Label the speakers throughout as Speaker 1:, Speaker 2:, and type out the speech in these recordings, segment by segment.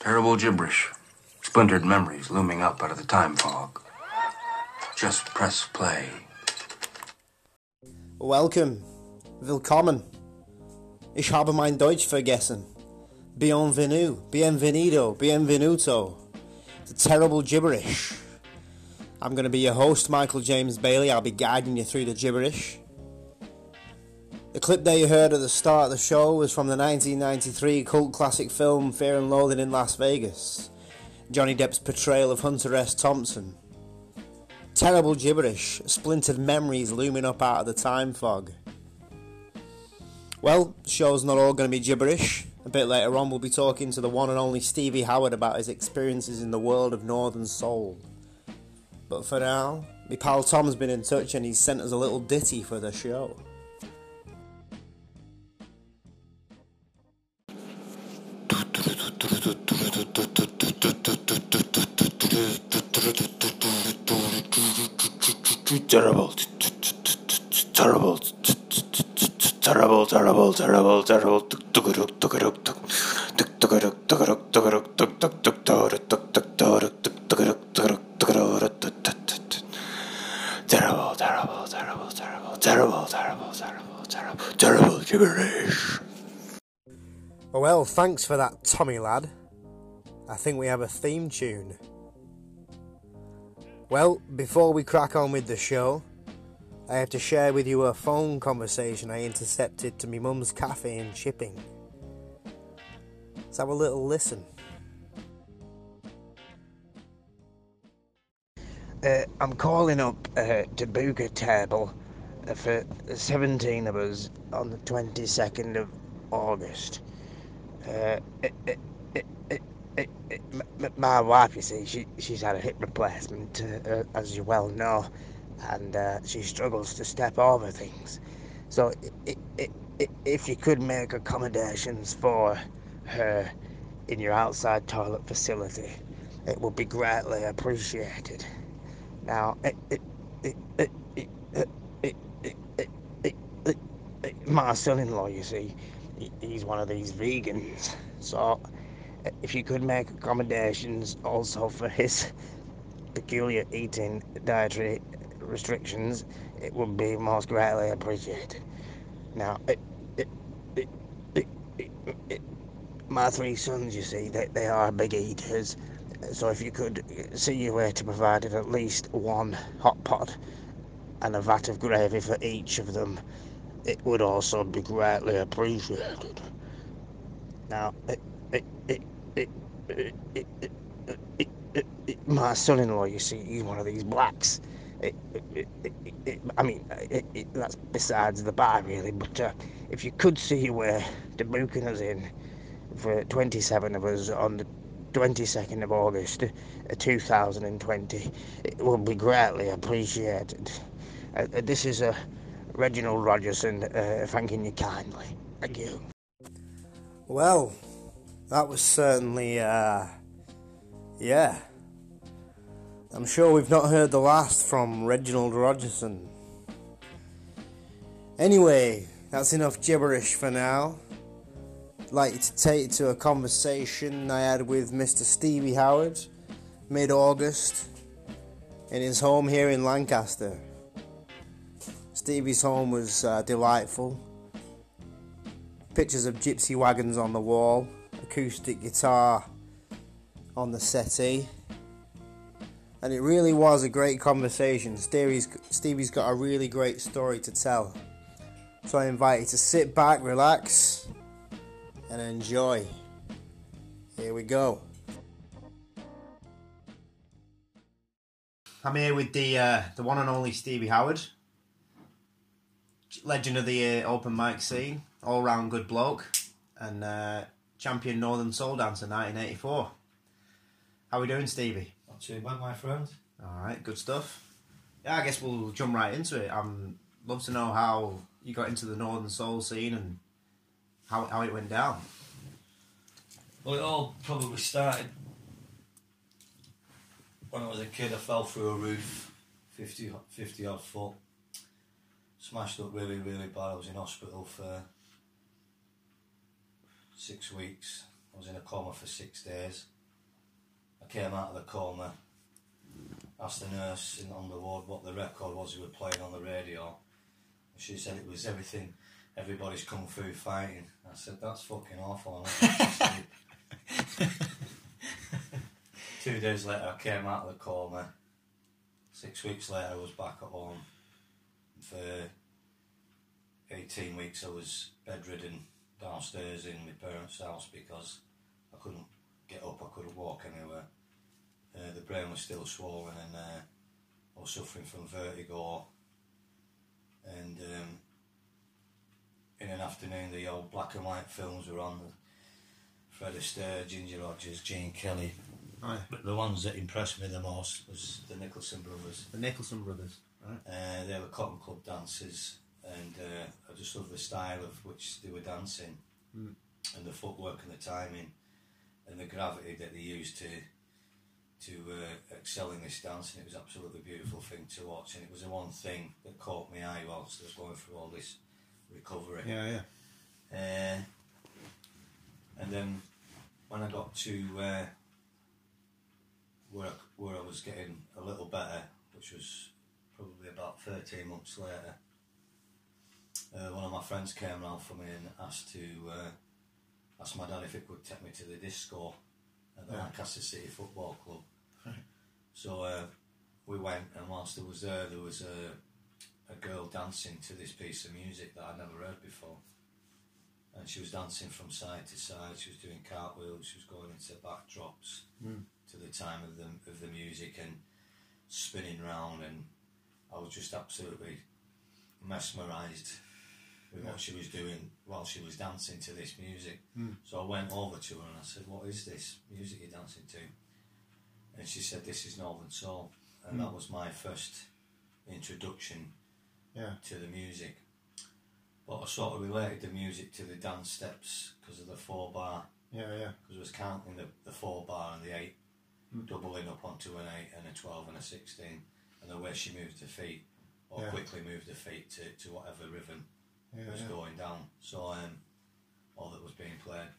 Speaker 1: Terrible gibberish. Splintered memories looming up out of the time fog. Just press play.
Speaker 2: Welcome. Willkommen. Ich habe mein Deutsch vergessen. Bienvenue, bienvenido, bienvenuto. It's terrible gibberish. I'm going to be your host, Michael James Bailey. I'll be guiding you through the gibberish. The clip that you heard at the start of the show was from the 1993 cult classic film Fear and Loathing in Las Vegas. Johnny Depp's portrayal of Hunter S. Thompson. Terrible gibberish, splintered memories looming up out of the time fog. Well, the show's not all going to be gibberish. A bit later on, we'll be talking to the one and only Stevie Howard about his experiences in the world of Northern Soul. But for now, my pal Tom's been in touch and he's sent us a little ditty for the show.
Speaker 3: terrible, terrible, terrible, terrible, terrible, terrible. Terrible, terrible, terrible, terrible, terrible, terrible, terrible, terrible, terrible gibberish.
Speaker 2: Well, thanks for that, Tommy lad. I think we have a theme tune. Well, before we crack on with the show, I have to share with you a phone conversation I intercepted to my mum's cafe in Chipping. Let's have a little listen.
Speaker 4: Uh, I'm calling up uh, to book a table uh, for 17 of us on the 22nd of August. Uh, eh, it, it, it, it, it, it, eh, m- m- my wife, you see, she, she's had a hip replacement, uh, uh, as you well know, and uh, she struggles to step over things. So, i i i i if you could make accommodations for her in your outside toilet facility, it would be greatly appreciated. Now, it, it, it, it, it, it, it, it, it, it, it, it, my son-in-law, you see, he, he's one of these vegans. So, uh, if you could make accommodations also for his peculiar eating dietary restrictions, it would be most greatly appreciated. Now, it, it, it, it, it, it, my three sons, you see, they, they are big eaters. So if you could see your way to providing at least one hot pot and a vat of gravy for each of them, it would also be greatly appreciated. Now, it, it, it, it, it, it, it, it, it, it, my son-in-law, you see, he's one of these blacks. It, it, it, it, it, I mean, it, it, that's besides the by, really. But uh, if you could see your way to booking us in for 27 of us on the 22nd of August uh, 2020. It would be greatly appreciated. Uh, uh, this is uh, Reginald Rogerson uh, thanking you kindly. Thank you.
Speaker 2: Well, that was certainly, uh, yeah. I'm sure we've not heard the last from Reginald Rogerson. Anyway, that's enough gibberish for now. I'd like you to take to a conversation I had with Mr. Stevie Howard mid August in his home here in Lancaster. Stevie's home was uh, delightful pictures of gypsy wagons on the wall, acoustic guitar on the settee. And it really was a great conversation. Stevie's, Stevie's got a really great story to tell. So I invite you to sit back, relax, and enjoy. Here we go. I'm here with the uh, the one and only Stevie Howard, legend of the uh, open mic scene, all round good bloke, and uh, champion Northern Soul Dancer 1984. How we doing, Stevie?
Speaker 5: Not too bad, my friend.
Speaker 2: All right, good stuff. Yeah, I guess we'll jump right into it. I'm love to know how you got into the Northern Soul scene and how how it went down.
Speaker 5: Well, it all probably started when I was a kid. I fell through a roof, 50, ho- 50 odd foot. Smashed up really, really bad. I was in hospital for six weeks. I was in a coma for six days. I came out of the coma, asked the nurse in, on the ward what the record was he was playing on the radio. And she said it was everything, everybody's kung fu fighting. I said, that's fucking awful. I'm not going to sleep." Two days later, I came out of the coma. Six weeks later, I was back at home. For 18 weeks, I was bedridden downstairs in my parents' house because I couldn't get up, I couldn't walk anywhere. Uh, the brain was still swollen and uh, I was suffering from vertigo. And um, in an afternoon, the old black and white films were on Fred Astaire, Ginger Rogers, Gene Kelly.
Speaker 2: Aye.
Speaker 5: But the ones that impressed me the most was the Nicholson brothers.
Speaker 2: The Nicholson brothers. Right.
Speaker 5: Uh, they were cotton club dances, and uh, I just love the style of which they were dancing, and the footwork and the timing, and the gravity that they used to to uh, excel in this dance. And it was absolutely a beautiful thing to watch. And it was the one thing that caught my eye whilst I was going through all this recovery.
Speaker 2: Yeah, yeah.
Speaker 5: Uh, and then when I got to uh, where, I, where I was getting a little better, which was probably about 13 months later, uh, one of my friends came round for me and asked to uh, asked my dad if it would take me to the disco at the Lancaster City Football Club. So uh, we went, and whilst I was there, there was a, a girl dancing to this piece of music that I'd never heard before and she was dancing from side to side. She was doing cartwheels. She was going into backdrops to the time of the of the music and spinning round. And I was just absolutely mesmerised with what she was doing while she was dancing to this music. So I went over to her and I said, "What is this music you're dancing to?" And she said, "This is Northern Soul," and that was my first introduction
Speaker 2: Yeah.
Speaker 5: to the music. But I sort of related the music to the dance steps because of the four bar,
Speaker 2: Yeah, yeah.
Speaker 5: because I was counting the, the four bar and the eight,
Speaker 2: Hmm.
Speaker 5: doubling up onto an eight and a 12 and a 16, and the way she moved her feet or
Speaker 2: Yeah.
Speaker 5: quickly moved her feet to, to whatever rhythm
Speaker 2: Yeah,
Speaker 5: was
Speaker 2: yeah.
Speaker 5: going down. So, um, all that was being played.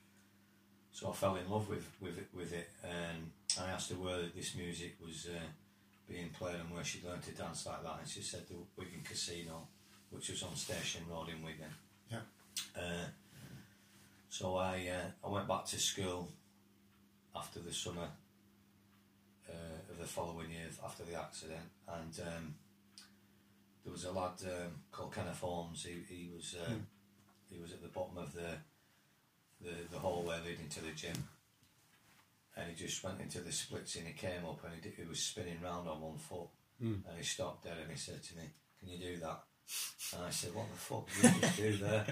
Speaker 5: So I fell in love with with it, with it um, and I asked her where this music was uh, being played and where she'd learned to dance like that, and she said the Wigan Casino, which was on Station Road in Wigan.
Speaker 2: Yeah.
Speaker 5: Uh, so I uh, I went back to school after the summer uh, of the following year after the accident, and um, there was a lad um, called Kenneth Holmes. He he was uh, he was at the bottom of the the the hallway leading to the gym, and he just went into the splits and he came up and he, did, he was spinning round on one foot, and he stopped there and he said to me, "Can you do that?" And I said, "What the fuck did you just do there?"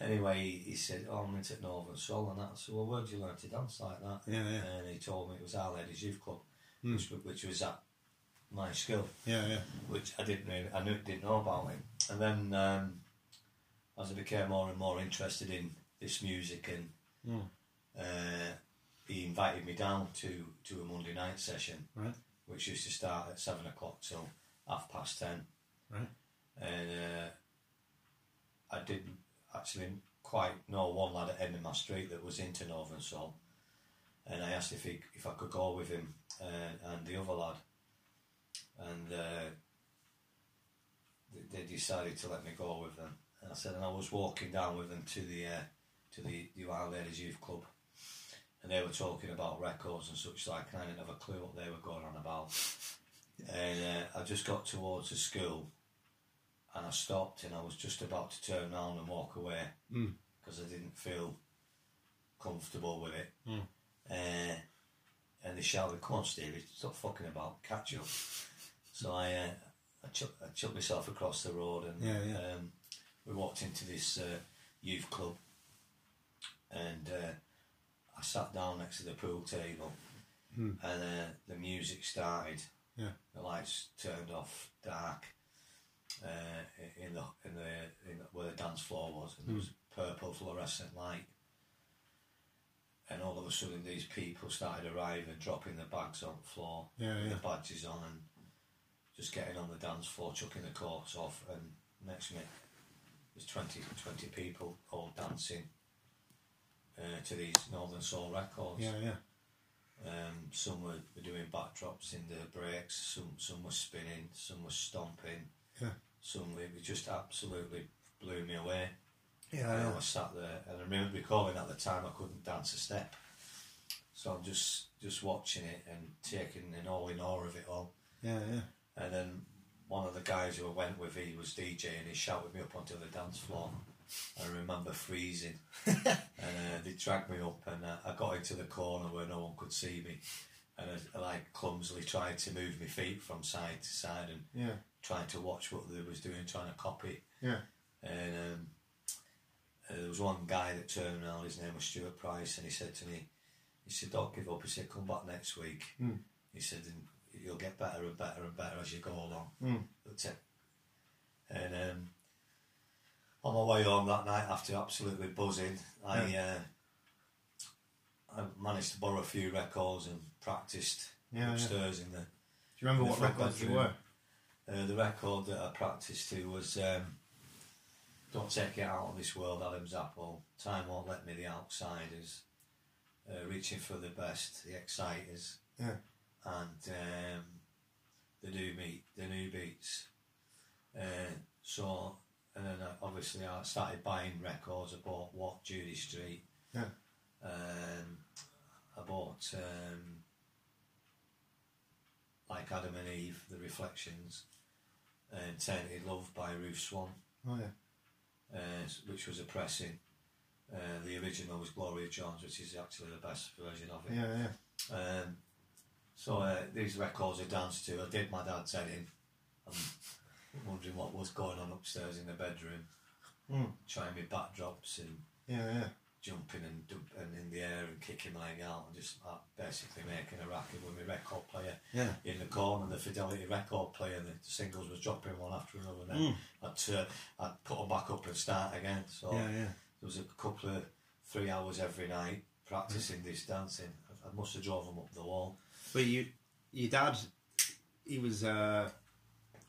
Speaker 5: anyway, he, he said, "Oh, I'm into Northern Soul and that." I said, "Well, where would you learn to dance like that?"
Speaker 2: Yeah, yeah.
Speaker 5: And he told me it was our ladies' youth club, which, which was at my school
Speaker 2: Yeah, yeah.
Speaker 5: which I didn't really, I knew, didn't know about him. And then um, as I became more and more interested in this music, and
Speaker 2: Hmm.
Speaker 5: uh, he invited me down to, to a Monday night session,
Speaker 2: Right.
Speaker 5: which used to start at seven o'clock till half past ten.
Speaker 2: Right.
Speaker 5: And uh, I didn't actually quite know one lad at end of my street that was into Northern Soul. And I asked if he, if I could go with him uh, and the other lad. And uh, they- they decided to let me go with them. And I said, and I was walking down with them to the uh, to the the Wild Ladies Youth Club, and they were talking about records and such like, and I didn't have a clue what they were going on about. And uh, I just got towards the school, and I stopped, and I was just about to turn around and walk away because I didn't feel comfortable with it. Uh, and they shouted, "Come on, Stevie, stop fucking about, catch up." So I, uh, I, chuck, I chucked myself across the road, and
Speaker 2: Yeah, yeah.
Speaker 5: Um, we walked into this uh, youth club, and uh, I sat down next to the pool table, and uh, the music started.
Speaker 2: Yeah.
Speaker 5: The lights turned off, dark, uh, in the in the in the, where the dance floor was, and there was purple fluorescent light. And all of a sudden, these people started arriving, dropping their bags on the floor,
Speaker 2: Yeah,
Speaker 5: with
Speaker 2: yeah.
Speaker 5: their badges on, and just getting on the dance floor, chucking the corks off. And next minute, there's 20, 20 people all dancing uh, to these Northern Soul records.
Speaker 2: Yeah, yeah.
Speaker 5: Um, some were, were doing backdrops in their breaks. Some some were spinning. Some were stomping.
Speaker 6: Yeah.
Speaker 5: Some it was just absolutely blew me away. And
Speaker 6: Yeah, I
Speaker 5: I
Speaker 6: know.
Speaker 5: was sat there, and I remember recalling at the time I couldn't dance a step. So I'm just just watching it and taking an all in awe of it all.
Speaker 6: Yeah, yeah.
Speaker 5: And then one of the guys who I went with, he was DJ, and he shouted me up onto the dance floor. I remember freezing, and uh, they dragged me up, and uh, I got into the corner where no one could see me, and I, I like clumsily tried to move my feet from side to side and
Speaker 6: Yeah,
Speaker 5: trying to watch what they was doing, trying to copy.
Speaker 6: yeah.
Speaker 5: And um, uh, there was one guy that turned around, his name was Stuart Price, and he said to me, he said, don't give up. He said, come back next week.
Speaker 6: Mm.
Speaker 5: He said, and you'll get better and better and better as you go along.
Speaker 6: Mm.
Speaker 5: That's it. And um, on my way home that night, after absolutely buzzing, I, uh, I managed to borrow a few records and practiced
Speaker 6: Yeah, yeah.
Speaker 5: upstairs in the
Speaker 6: Do you remember
Speaker 5: The
Speaker 6: what
Speaker 5: fuck
Speaker 6: records
Speaker 5: off
Speaker 6: they
Speaker 5: you.
Speaker 6: were?
Speaker 5: uh, the record that I practiced to was um, Don't Take It Out of This World, Adam's Apple, Time Won't Let Me, The Outsiders, uh, Reaching for the Best, The Exciters,
Speaker 6: Yeah.
Speaker 5: and um, The New Meat, The New Beats. Uh, so, and then I, obviously I started buying records. I bought What Judy Street.
Speaker 6: Yeah.
Speaker 5: Um, I bought um, like Adam and Eve, The Reflections and uh, Tainted Love by Ruth Swan,
Speaker 6: Oh, yeah.
Speaker 5: uh, which was a pressing. Uh, the original was Gloria Jones, which is actually the best version of it.
Speaker 6: Yeah, yeah.
Speaker 5: Um, so uh, these records I danced to. I did my dad's head in. I'm wondering what was going on upstairs in the bedroom.
Speaker 6: Mm.
Speaker 5: Trying my backdrops and
Speaker 6: Yeah, yeah.
Speaker 5: jumping and dump- and in the air and kicking my leg out and just uh, basically making a racket with my record player
Speaker 6: Yeah.
Speaker 5: in the corner, the Fidelity record player, the singles was dropping one after another. And then I'd, uh, I'd put them back up and start again. So
Speaker 6: Yeah, yeah.
Speaker 5: there was a couple of three hours every night practicing this dancing. I, I must have drove them up the wall.
Speaker 6: But you, your dad, he was uh,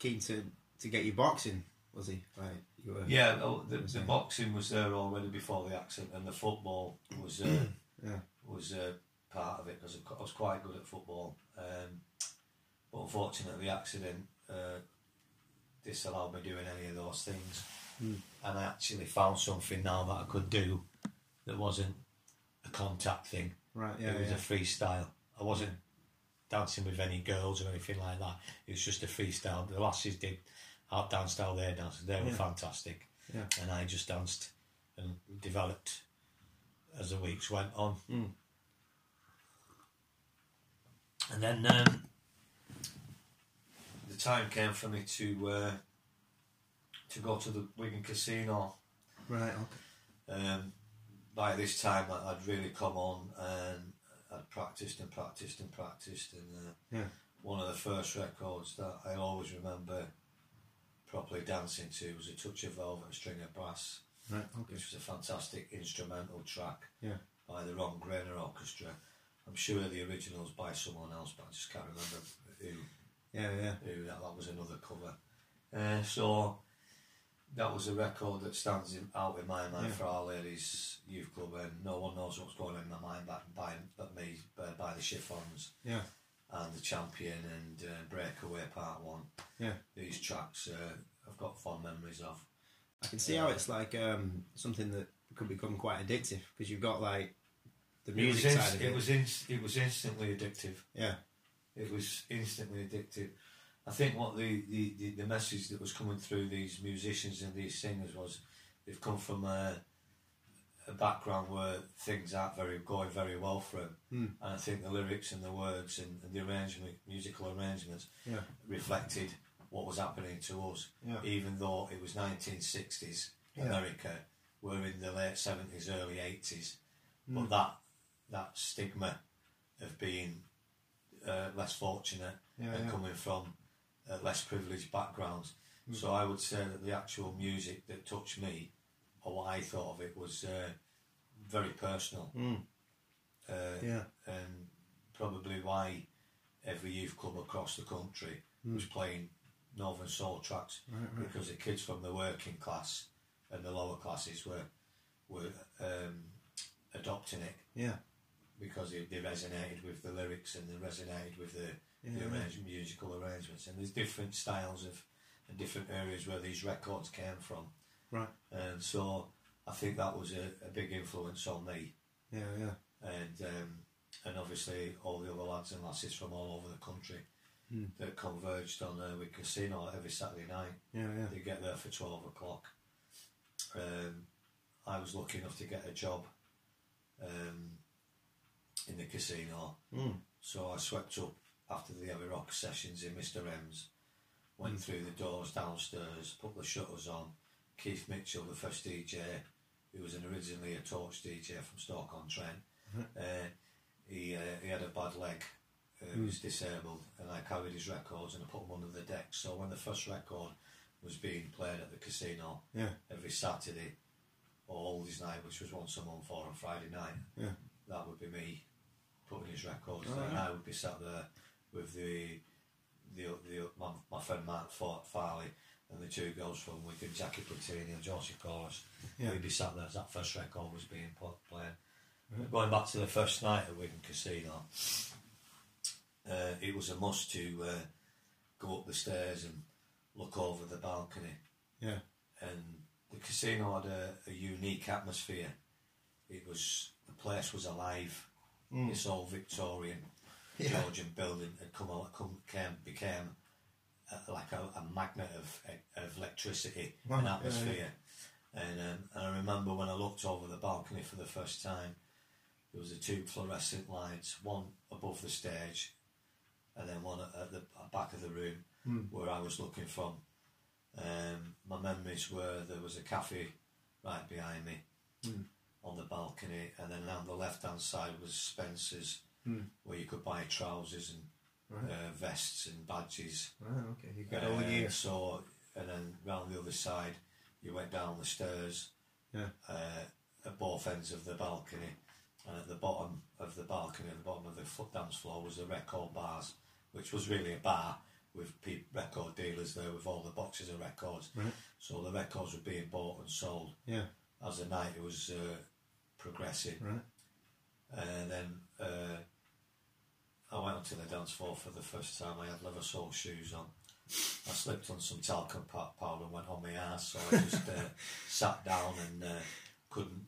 Speaker 6: keen to, to get you boxing, was he? Like you were.
Speaker 5: Yeah, oh, the, the boxing was there already before the accident, and the football was uh,
Speaker 6: Yeah.
Speaker 5: was uh, part of it because I was quite good at football. Um, but unfortunately, the accident uh, disallowed me doing any of those things,
Speaker 6: Hmm.
Speaker 5: and I actually found something now that I could do that wasn't a contact thing.
Speaker 6: Right. Yeah.
Speaker 5: it was
Speaker 6: yeah.
Speaker 5: a freestyle. I wasn't dancing with any girls or anything like that. It was just a freestyle. The lasses did out danced out their dances. They were fantastic.
Speaker 6: Yeah.
Speaker 5: And I just danced and developed as the weeks went on.
Speaker 6: Hmm.
Speaker 5: And then um, the time came for me to uh, to go to the Wigan Casino
Speaker 6: Right. Okay.
Speaker 5: um, by this time, I, I'd really come on and I'd practiced and practiced and practiced. And uh,
Speaker 6: Yeah.
Speaker 5: one of the first records that I always remember properly dancing to was A Touch of Velvet, and String of Brass,
Speaker 6: Right. Okay.
Speaker 5: which was a fantastic instrumental track
Speaker 6: Yeah.
Speaker 5: by the Ron Grainer Orchestra. I'm sure the original's by someone else, but I just can't remember who
Speaker 6: Yeah. Yeah.
Speaker 5: who that, that was another cover. Uh, so that was a record that stands in, out in my mind
Speaker 6: Yeah.
Speaker 5: for our ladies youth club, and no one knows what's going on in my mind but, by, but me by, by the chiffons
Speaker 6: Yeah.
Speaker 5: and the champion and uh, breakaway part one.
Speaker 6: Yeah.
Speaker 5: These tracks uh, I've got fond memories of.
Speaker 6: I can see how it's like um, something that could become quite addictive because you've got like the
Speaker 5: It was
Speaker 6: music side
Speaker 5: inst-
Speaker 6: of
Speaker 5: it was inst- it was instantly addictive.
Speaker 6: Yeah.
Speaker 5: It was instantly addictive. I think what the, the, the, the message that was coming through these musicians and these singers was they've come from a, a background where things aren't very going very well for them.
Speaker 6: Mm.
Speaker 5: And I think the lyrics and the words and, and the arrangement, musical arrangements
Speaker 6: Yeah.
Speaker 5: reflected what was happening to us,
Speaker 6: Yeah.
Speaker 5: even though it was 1960s
Speaker 6: Yeah.
Speaker 5: America. We're in the late 70s, early 80s.
Speaker 6: Hmm.
Speaker 5: But that, that stigma of being uh, less fortunate
Speaker 6: Yeah,
Speaker 5: and
Speaker 6: yeah.
Speaker 5: coming from uh, less privileged backgrounds.
Speaker 6: Hmm.
Speaker 5: So I would say that the actual music that touched me, or what I thought of it, was uh, very personal. Uh,
Speaker 6: Yeah.
Speaker 5: And probably why every youth club across the country
Speaker 6: Hmm.
Speaker 5: was playing Northern Soul tracks because the kids from the working class and the lower classes were were um, adopting it
Speaker 6: Yeah.
Speaker 5: because it, they resonated with the lyrics and they resonated with the, the
Speaker 6: Yeah.
Speaker 5: arrange, musical arrangements. And there's different styles of and different areas where these records came from.
Speaker 6: Right.
Speaker 5: And so I think that was a, a big influence on me.
Speaker 6: Yeah, yeah.
Speaker 5: And um, and obviously all the other lads and lasses from all over the country that converged on uh, with Casino every Saturday night.
Speaker 6: Yeah, yeah.
Speaker 5: They get there for 12 o'clock. Um, I was lucky enough to get a job um, in the casino.
Speaker 6: Mm.
Speaker 5: So I swept up after the heavy rock sessions in Mr. M's, went through the doors downstairs, put the shutters on. Keith Mitchell, the first DJ, who was an originally a torch DJ from Stoke-on-Trent, uh, he, uh, he had a bad leg. Uh, He was disabled, and I carried his records and I put them under the deck. So when the first record was being played at the casino
Speaker 6: Yeah.
Speaker 5: every Saturday, or all his night, which was once a month or on Friday night,
Speaker 6: Yeah. Oh,
Speaker 5: that would be me putting his records there, and I would be sat there with the the, the my, my friend Mark Fort Farley and the two girls from Wigan, Jackie Platini and Josie Chorus.
Speaker 6: Yeah.
Speaker 5: We'd be sat there as that first record was being put, played. Going back to the first night at Wigan Casino, uh, it was a must to uh, go up the stairs and look over the balcony
Speaker 6: Yeah.
Speaker 5: and the casino had a, a unique atmosphere. It was the place was alive. This old Victorian Georgian building had come out, come came, became uh, like a, a magnet of of electricity
Speaker 6: Wow,
Speaker 5: and
Speaker 6: yeah,
Speaker 5: atmosphere. And, um, and I remember when I looked over the balcony for the first time, there was the two fluorescent lights, one above the stage, and then one at, at the back of the room where I was looking from. Um, my memories were there was a cafe right behind me on the balcony, and then on the left hand side was Spencer's, where you could buy trousers and uh, vests and badges.
Speaker 6: Right, Oh, okay. You got
Speaker 5: Uh,
Speaker 6: all year.
Speaker 5: So, and then round the other side, you went down the stairs
Speaker 6: Yeah.
Speaker 5: uh, at both ends of the balcony, and at the bottom of the balcony, at the bottom of the foot dance floor, was the record bars, which was really a bar with pe- record dealers there with all the boxes of records. So the records were being bought and sold
Speaker 6: Yeah.
Speaker 5: as the night was uh, progressing.
Speaker 6: Right.
Speaker 5: And then uh, I went onto the dance floor for the first time. I had leather sole shoes on. I slipped on some talcum pow- powder and went on my ass. So I just uh, sat down and uh, couldn't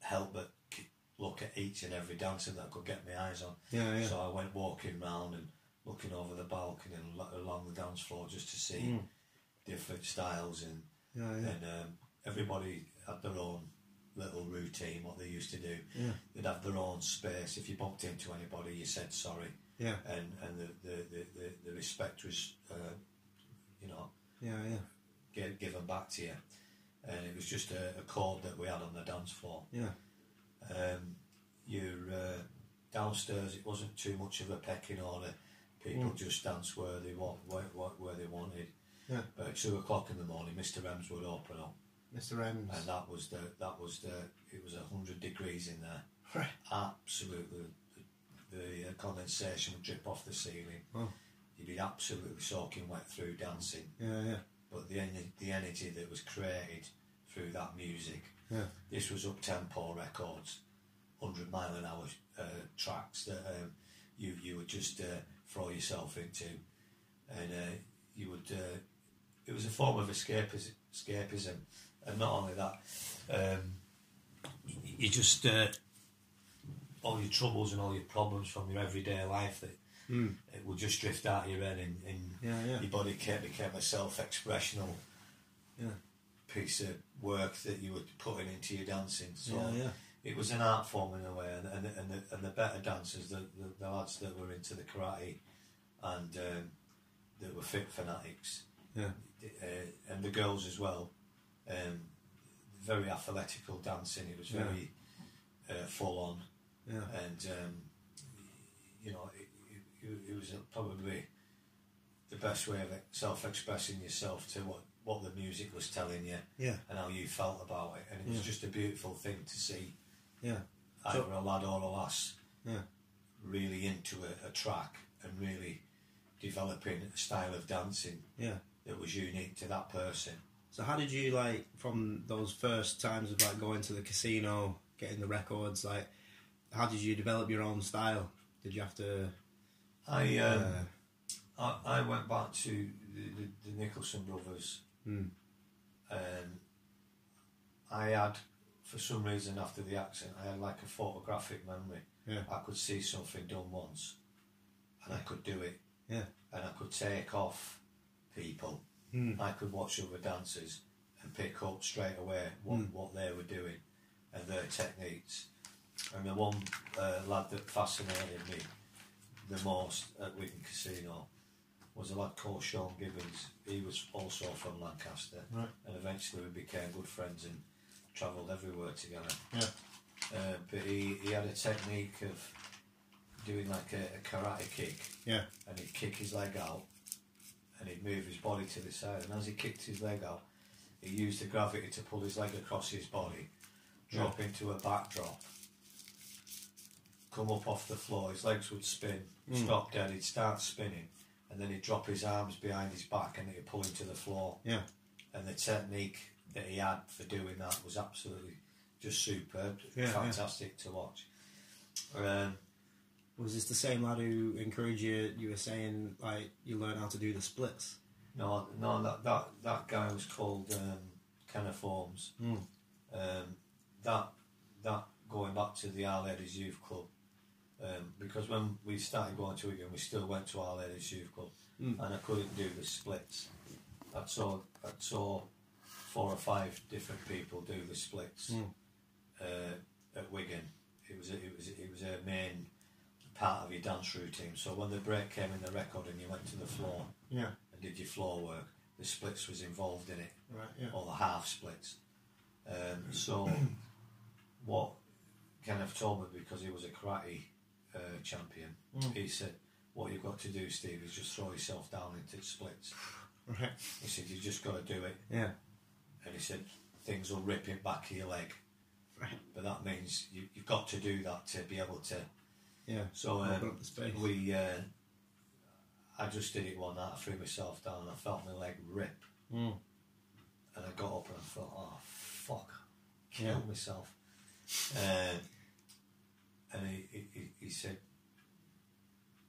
Speaker 5: help but k- look at each and every dancer that I could get my eyes on.
Speaker 6: Yeah, yeah.
Speaker 5: So I went walking round and looking over the balcony and lo- along the dance floor just to see
Speaker 6: Hmm.
Speaker 5: different styles and
Speaker 6: Yeah, yeah.
Speaker 5: and um, everybody had their own little routine what they used to do
Speaker 6: Yeah.
Speaker 5: they'd have their own space if you bumped into anybody you said sorry
Speaker 6: Yeah.
Speaker 5: and and the the, the, the, the respect was uh, you know
Speaker 6: Yeah, yeah.
Speaker 5: gi- given back to you and it was just a, a chord that we had on the dance floor
Speaker 6: Yeah.
Speaker 5: um, you're uh, downstairs. It wasn't too much of a pecking order.
Speaker 6: Mm.
Speaker 5: People just dance where they want, where, where, where they wanted.
Speaker 6: Yeah.
Speaker 5: But at two o'clock in the morning, Mr. Ems would open up,
Speaker 6: Mr. M's.
Speaker 5: and that was the that was the it was hundred degrees in there.
Speaker 6: Right.
Speaker 5: Absolutely, the, the uh, condensation would drip off the ceiling.
Speaker 6: Oh.
Speaker 5: You'd be absolutely soaking wet through dancing.
Speaker 6: Yeah, yeah.
Speaker 5: But the en- the energy that was created through that music
Speaker 6: Yeah.
Speaker 5: this was up tempo records, hundred mile an hour uh, tracks that um, you you would just uh, throw yourself into, and uh, you would. Uh, it was a form of escapism, escapism, and not only that, um, y- you just uh, all your troubles and all your problems from your everyday life that. It will just drift out of your head, and, and
Speaker 6: Yeah, yeah.
Speaker 5: your body ca- became a self-expressional
Speaker 6: Yeah.
Speaker 5: piece of work that you were putting into your dancing. So
Speaker 6: Yeah, yeah.
Speaker 5: it was an art form in a way, and and the, and the, and the better dancers, the, the, the lads that were into the karate, and um, that were fit fanatics,
Speaker 6: Yeah.
Speaker 5: uh, and the girls as well. Um, very athletical dancing. It was
Speaker 6: Yeah.
Speaker 5: very uh, full on
Speaker 6: Yeah.
Speaker 5: and um, you know it, it, it was probably the best way of self-expressing yourself to what, what the music was telling you
Speaker 6: Yeah.
Speaker 5: and how you felt about it and it
Speaker 6: Yeah.
Speaker 5: was just a beautiful thing to see
Speaker 6: Yeah.
Speaker 5: either a lad or a lass
Speaker 6: Yeah.
Speaker 5: really into a, a track and really developing a style of dancing
Speaker 6: Yeah.
Speaker 5: that was unique to that person
Speaker 6: So how did you like from those first times of like going to the casino, getting the records? Like, how did you develop your own style? Did you have to?
Speaker 5: I,
Speaker 6: Uh,
Speaker 5: um, I I went back to the, the, the Nicholson brothers.
Speaker 6: Hmm.
Speaker 5: Um, I had, for some reason, after the accident, I had like a photographic memory.
Speaker 6: Yeah.
Speaker 5: I could see something done once, and I could do it.
Speaker 6: Yeah.
Speaker 5: And I could take off people.
Speaker 6: Hmm.
Speaker 5: I could watch other dancers and pick up straight away what,
Speaker 6: Hmm.
Speaker 5: what they were doing and their techniques. And the one uh, lad that fascinated me the most at Wigan Casino was a lad called Sean Gibbons. He was also from Lancaster,
Speaker 6: Right.
Speaker 5: and eventually we became good friends and travelled everywhere together.
Speaker 6: Yeah.
Speaker 5: Uh, but he, he had a technique of doing like a, a karate kick,
Speaker 6: Yeah.
Speaker 5: and he'd kick his leg out, and he'd move his body to the side. And as he kicked his leg out, he used the gravity to pull his leg across his body, drop into a backdrop, come up off the floor. His legs would spin,
Speaker 6: Mm.
Speaker 5: stop dead. He'd start spinning, and then he'd drop his arms behind his back, and he'd pull him to the floor
Speaker 6: Yeah.
Speaker 5: and the technique that he had for doing that was absolutely just superb,
Speaker 6: Yeah, yeah.
Speaker 5: fantastic to watch. Um,
Speaker 6: Was this the same lad who encouraged you? You were saying like you learn how to do the splits.
Speaker 5: no, no, that that that guy was called um, Kenneth Holmes.
Speaker 6: Mm.
Speaker 5: Um, that that going back to the Our Ladies Youth Club um, because when we started going to Wigan, we still went to Our Ladies Youth Club, and I couldn't do the splits. I saw I saw four or five different people do the splits uh, at Wigan. It was a, it was it was a main part of your dance routine. So when the break came in the record and you went to the floor,
Speaker 6: Yeah.
Speaker 5: and did your floor work. The splits was involved in it,
Speaker 6: Right. Yeah.
Speaker 5: or the half splits. Um, so what Kenneth told me because he was a karate uh, champion,
Speaker 6: Mm.
Speaker 5: he said, "What you've got to do, Steve, is just throw yourself down into splits."
Speaker 6: Right.
Speaker 5: He said, "You just got to do it,"
Speaker 6: Yeah.
Speaker 5: and he said, "Things will rip it back of your leg."
Speaker 6: Right.
Speaker 5: But that means you, you've got to do that to be able to
Speaker 6: Yeah.
Speaker 5: so
Speaker 6: Open
Speaker 5: um,
Speaker 6: up the space.
Speaker 5: we, uh, I just did it one night. I threw myself down. and I felt my leg rip,
Speaker 6: Mm.
Speaker 5: and I got up and I thought, "Oh fuck,
Speaker 6: Yeah.
Speaker 5: killed myself." Um, and he, he- he, he said,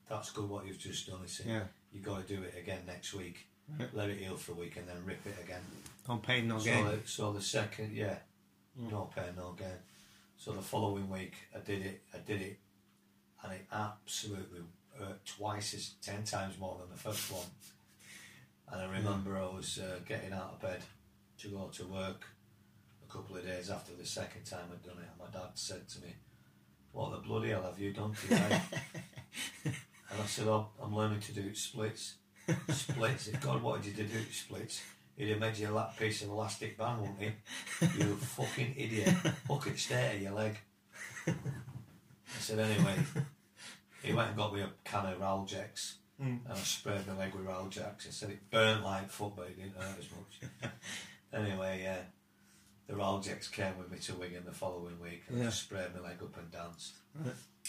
Speaker 5: "That's good what you've just done." He said,
Speaker 6: Yeah.
Speaker 5: "You got to do it again next week.
Speaker 6: Right.
Speaker 5: Let it heal for a week, and then rip it again."
Speaker 6: On pain, no gain. Hmm.
Speaker 5: So, the, so the second, yeah, no pain, no gain. So the following week, I did it. I did it, and it absolutely uh, twice as ten times more than the first one. And
Speaker 6: Hmm.
Speaker 5: I remember I was uh, getting out of bed to go to work a couple of days after the second time I'd done it, and my dad said to me, "What the bloody hell have you done to your leg?" and I said, oh, "I'm learning to do splits." splits. If God wanted you to do splits, he'd have made you a lap piece of elastic band, wouldn't he? You fucking idiot. Fucking stare at your leg. I said, anyway, he went and got me a can of Raljex and I sprayed my leg with Raljex. I said it burnt like fuck, but it didn't hurt as much. anyway, yeah. The Raljex came with me to Wigan the following week and I
Speaker 6: Yeah.
Speaker 5: just sprayed my leg up and danced.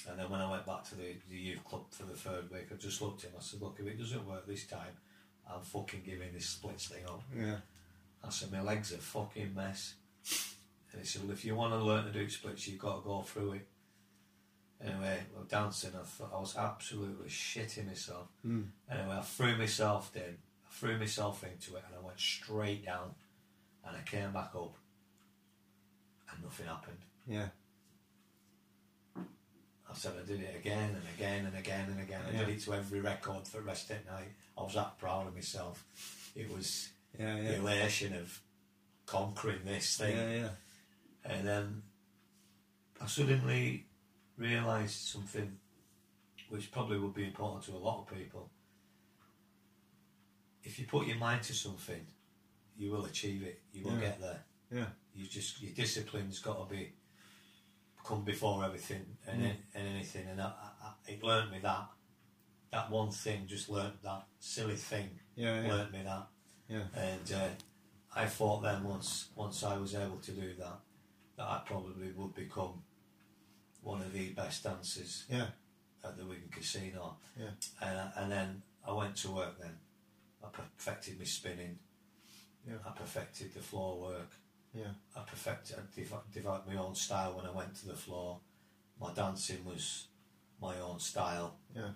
Speaker 5: And then when I went back to the, the youth club for the third week, I just looked at him. I said, "Look, if it doesn't work this time, I'm fucking giving this splits thing up."
Speaker 6: Yeah.
Speaker 5: I said, "My legs are a fucking mess." And he said, "Well, if you want to learn to do splits, you've got to go through it." Anyway, well, dancing, I thought I was absolutely shitting myself.
Speaker 6: Mm.
Speaker 5: Anyway, I threw myself in, I threw myself into it, and I went straight down, and I came back up, and nothing happened.
Speaker 6: Yeah.
Speaker 5: I said I did it again and again and again and again. I
Speaker 6: Yeah.
Speaker 5: did it to every record for rest at night. I was that proud of myself. It was
Speaker 6: Yeah.
Speaker 5: the
Speaker 6: Yeah.
Speaker 5: elation of conquering this
Speaker 6: Yeah.
Speaker 5: thing.
Speaker 6: Yeah.
Speaker 5: And then I suddenly realised something which probably would be important to a lot of people. If you put your mind to something, you will achieve it. You will
Speaker 6: Yeah.
Speaker 5: get there
Speaker 6: Yeah.
Speaker 5: you just your discipline's got to be come before everything and,
Speaker 6: Mm.
Speaker 5: an- and anything and I, I, I- it learnt me that that one thing just learnt that silly thing
Speaker 6: Yeah, yeah.
Speaker 5: learnt me that
Speaker 6: Yeah.
Speaker 5: and uh, I thought then once once I was able to do that that I probably would become one of the best dancers
Speaker 6: Yeah.
Speaker 5: at the Wigan Casino.
Speaker 6: Yeah.
Speaker 5: And, I- and then I went to work then. I perfected my spinning.
Speaker 6: Yeah.
Speaker 5: I perfected the floor work.
Speaker 6: Yeah.
Speaker 5: I perfected, I dev- developed my own style when I went to the floor. my dancing was my own style,
Speaker 6: Yeah.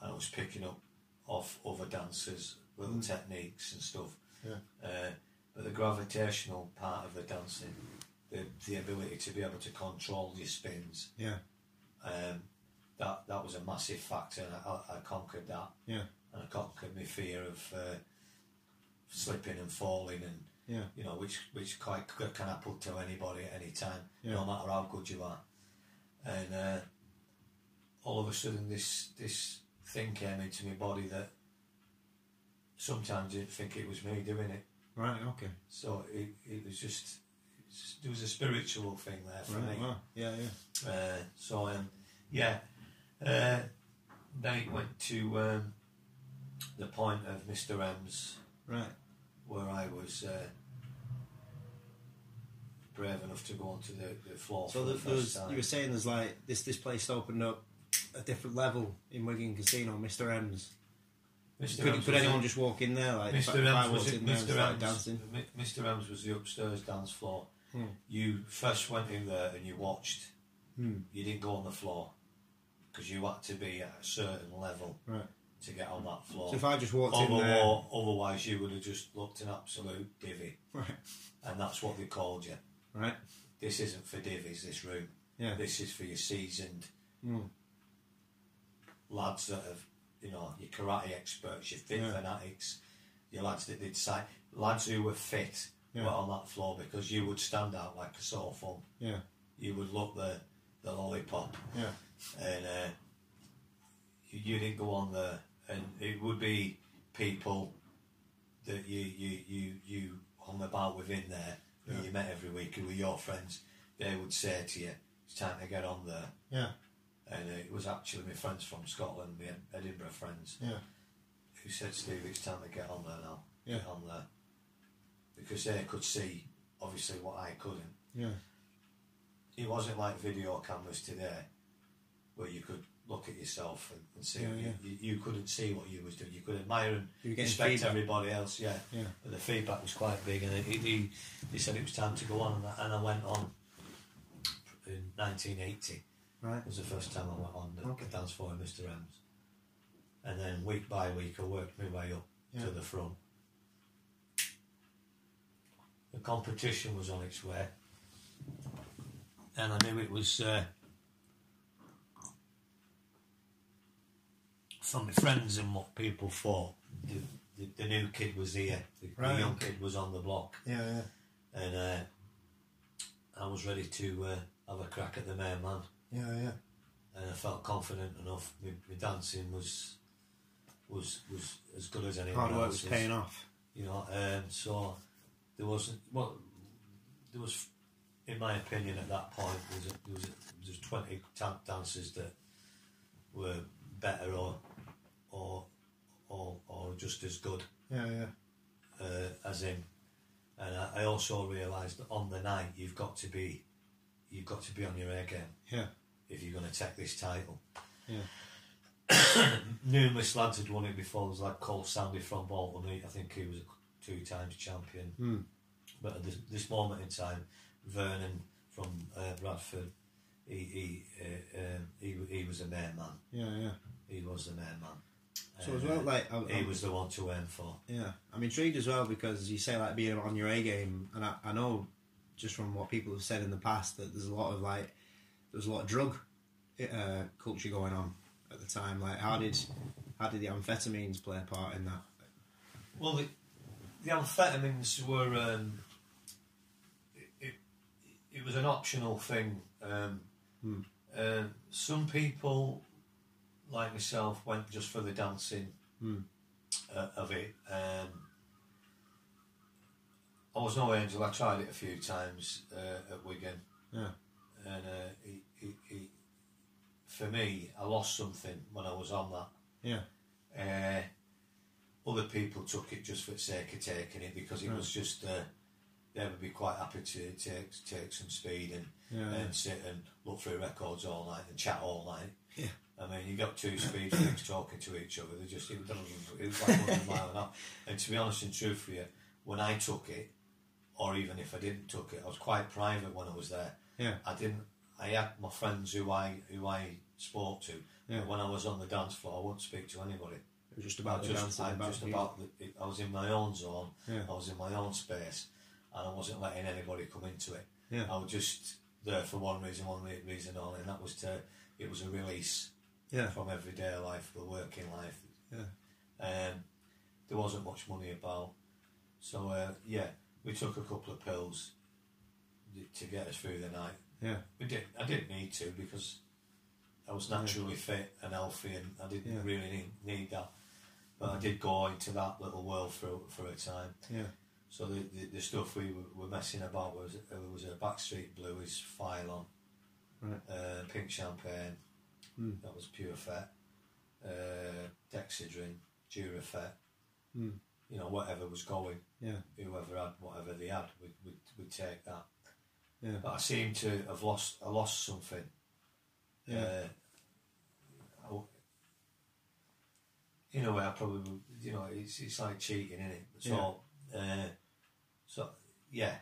Speaker 5: and I was picking up off other dancers little techniques and stuff.
Speaker 6: Mm. Yeah.
Speaker 5: Uh, but the gravitational part of the dancing, the the ability to be able to control your spins,
Speaker 6: Yeah.
Speaker 5: um, that that was a massive factor, and I, I, I conquered that.
Speaker 6: Yeah.
Speaker 5: and I conquered my fear of uh, slipping and falling, and
Speaker 6: Yeah.
Speaker 5: you know, which which quite c- can happen to anybody at any time,
Speaker 6: Yeah.
Speaker 5: no matter how good you are. And uh, all of a sudden, this this thing came into my body that sometimes I didn't think it was me doing it.
Speaker 6: Right. Okay.
Speaker 5: So it, it was just, it's just there was a spiritual thing there for
Speaker 6: Right.
Speaker 5: me.
Speaker 6: Wow. Yeah. Yeah.
Speaker 5: Uh, so um, yeah, uh, then it went to um, the point of Mr. M's
Speaker 6: Right.
Speaker 5: where I was uh, brave enough to go onto the, the floor
Speaker 6: So
Speaker 5: for the
Speaker 6: th there
Speaker 5: first
Speaker 6: was,
Speaker 5: time.
Speaker 6: you were saying there's like this this place opened up a different level in Wigan Casino, Mr M's.
Speaker 5: Mr.
Speaker 6: Could,
Speaker 5: M's
Speaker 6: could
Speaker 5: was
Speaker 6: anyone
Speaker 5: the-
Speaker 6: just walk in there? Like if I-
Speaker 5: Mr.
Speaker 6: if I
Speaker 5: M's was
Speaker 6: walked
Speaker 5: it,
Speaker 6: in there and
Speaker 5: Mr.
Speaker 6: started
Speaker 5: M's,
Speaker 6: dancing.
Speaker 5: Mi- Mr. M's was the upstairs dance floor.
Speaker 6: Hmm.
Speaker 5: You first went in there and you watched.
Speaker 6: Hmm.
Speaker 5: You didn't go on the floor because you had to be at a certain level
Speaker 6: Right.
Speaker 5: to get on that floor.
Speaker 6: So if I just walked in
Speaker 5: Other-
Speaker 6: there,
Speaker 5: or- otherwise, you would have just looked an absolute divvy,
Speaker 6: right,
Speaker 5: and that's what they called you.
Speaker 6: right,
Speaker 5: This isn't for divvies, this room.
Speaker 6: yeah,
Speaker 5: This is for your seasoned
Speaker 6: Mm.
Speaker 5: lads that have, you know, your karate experts, your fit
Speaker 6: Yeah.
Speaker 5: fanatics, your lads that did sight, lads who were fit
Speaker 6: Yeah.
Speaker 5: were on that floor because you would stand out like a sore thumb.
Speaker 6: yeah,
Speaker 5: You would look the the lollipop,
Speaker 6: yeah,
Speaker 5: and uh, you, you didn't go on there, and it would be people that you you you you hung about within there who you met every week who were your friends. They would say to you, "It's time to get on there."
Speaker 6: yeah,
Speaker 5: And uh, it was actually my friends from Scotland, my Ed- Edinburgh friends,
Speaker 6: yeah,
Speaker 5: who said, "Steve, it's time to get on there now. Get
Speaker 6: Yeah.
Speaker 5: on there," because they could see obviously what I couldn't
Speaker 6: yeah,
Speaker 5: it wasn't like video cameras today where you could look at yourself and, and see
Speaker 6: Yeah,
Speaker 5: you,
Speaker 6: yeah.
Speaker 5: You, you couldn't see what you was doing you could admire and
Speaker 6: You were getting
Speaker 5: respect
Speaker 6: feedback.
Speaker 5: everybody else yeah.
Speaker 6: Yeah.
Speaker 5: but the feedback was quite big and it, it, he, he said it was time to go on and I, and I went on in 1980
Speaker 6: right,
Speaker 5: was the first time I went on the,
Speaker 6: Okay.
Speaker 5: the dance floor at Mr M's and then week by week I worked my way up
Speaker 6: Yeah.
Speaker 5: to the front the competition was on its way and I knew it was uh, from my friends and what people thought. The, the, the new kid was here, the,
Speaker 6: Right.
Speaker 5: the young kid was on the block,
Speaker 6: yeah, yeah,
Speaker 5: and uh, I was ready to uh, have a crack at the main man.
Speaker 6: yeah, yeah,
Speaker 5: And I felt confident enough. My, my dancing was was was as good as anyone
Speaker 6: hard work was
Speaker 5: else's
Speaker 6: paying off.
Speaker 5: you know. Um, so there wasn't well, there was, in my opinion, at that point, there was there was, there was twenty tap dancers that were better or or or or just as good
Speaker 6: Yeah, yeah,
Speaker 5: uh, as him. And I, I also realised that on the night you've got to be, you've got to be on your A game
Speaker 6: yeah,
Speaker 5: if you're going to take this title.
Speaker 6: Yeah.
Speaker 5: Numerous lads had won it before. There was a lad called Sandy from Bolton. He- I think he was a two times champion.
Speaker 6: Hmm.
Speaker 5: But at this, this moment in time, Vernon from uh, Bradford, he he, uh, um, he he was the main man.
Speaker 6: yeah, yeah.
Speaker 5: He was the main man.
Speaker 6: So as well,
Speaker 5: Uh,
Speaker 6: like, I'm,
Speaker 5: he
Speaker 6: I'm-
Speaker 5: was the one to aim for.
Speaker 6: yeah, I'm intrigued as well because you say like being on your A game, and I, I know just from what people have said in the past that there's a lot of like there's a lot of drug uh, culture going on at the time. Like, how did how did the amphetamines play a part in that?
Speaker 5: Well, the, the amphetamines were. Um, it, it, it was an optional thing. Um,
Speaker 6: Hmm.
Speaker 5: uh, some people, like myself, went just for the dancing
Speaker 6: Hmm.
Speaker 5: uh, of it. Um, I was no angel. I tried it a few times uh, at Wigan,
Speaker 6: Yeah.
Speaker 5: and uh, it, it, it, for me, I lost something when I was on that
Speaker 6: Yeah,
Speaker 5: uh, other people took it just for the sake of taking it because
Speaker 6: Hmm.
Speaker 5: it was just uh, they would be quite happy to take take some speed and,
Speaker 6: yeah, yeah.
Speaker 5: and sit and look through records all night and chat all night.
Speaker 6: Yeah.
Speaker 5: I mean, you got two speed freaks talking to each other. They just it was, it was like 100 mile an hour. And to be honest and true for you, when I took it, or even if I didn't took it, I was quite private when I was there.
Speaker 6: Yeah.
Speaker 5: I didn't. I had my friends who I who I spoke to.
Speaker 6: Yeah.
Speaker 5: But when I was on the dance floor, I wouldn't speak to anybody.
Speaker 6: It was just
Speaker 5: I
Speaker 6: about the
Speaker 5: just,
Speaker 6: dancing,
Speaker 5: I
Speaker 6: about
Speaker 5: just
Speaker 6: the
Speaker 5: about the, I was in my own zone.
Speaker 6: Yeah.
Speaker 5: I was in my own space, and I wasn't letting anybody come into it.
Speaker 6: Yeah.
Speaker 5: I was just there for one reason, one re- reason only, and that was to it was a release
Speaker 6: music.
Speaker 5: from everyday life, the working life.
Speaker 6: Yeah.
Speaker 5: Um, there wasn't much money about, so uh, yeah, we took a couple of pills th- to get us through the night.
Speaker 6: yeah, yeah,
Speaker 5: We did. I didn't need to because I was naturally fit and healthy, and I didn't
Speaker 6: Yeah.
Speaker 5: really need, need that. But I did go into that little world for for a time.
Speaker 6: yeah,
Speaker 5: So the the, the stuff we were, were messing about was it was a Backstreet Blues, Phylon,
Speaker 6: Right.
Speaker 5: uh, Pink Champagne,
Speaker 6: Hmm.
Speaker 5: that was Pure Fat, uh, Dexedrine, Durafet,
Speaker 6: Hmm.
Speaker 5: you know whatever was going,
Speaker 6: yeah,
Speaker 5: whoever had whatever they had, we'd, we'd, we'd take that
Speaker 6: yeah.
Speaker 5: but I seem to have lost. I lost something.
Speaker 6: Yeah.
Speaker 5: Uh, I- in a way, I probably, you know, it's it's like cheating, isn't it? So, uh, so yeah.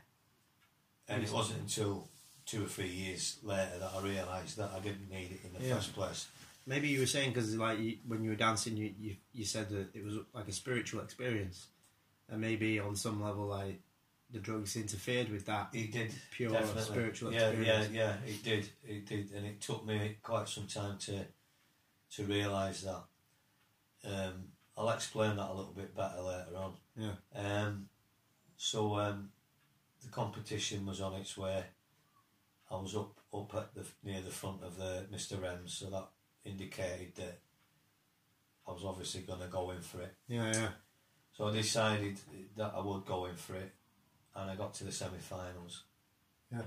Speaker 5: And it wasn't until two or three years later that I realised that I didn't need it in the
Speaker 6: Yeah.
Speaker 5: first place.
Speaker 6: Maybe you were saying because like you, when you were dancing, you, you you said that it was like a spiritual experience, and maybe on some level, like the drugs interfered with that.
Speaker 5: It did
Speaker 6: Pure
Speaker 5: definitely.
Speaker 6: spiritual
Speaker 5: yeah,
Speaker 6: experience.
Speaker 5: Yeah, yeah, it did, it did, and it took me quite some time to to realise that. Um, I'll explain that a little bit better later on.
Speaker 6: Yeah.
Speaker 5: Um, so um, the competition was on its way. I was up up at the near the front of the Mr. Rens, so that indicated that I was obviously going to go in for it.
Speaker 6: Yeah, yeah,
Speaker 5: So I decided that I would go in for it, and I got to the semi-finals.
Speaker 6: Yeah.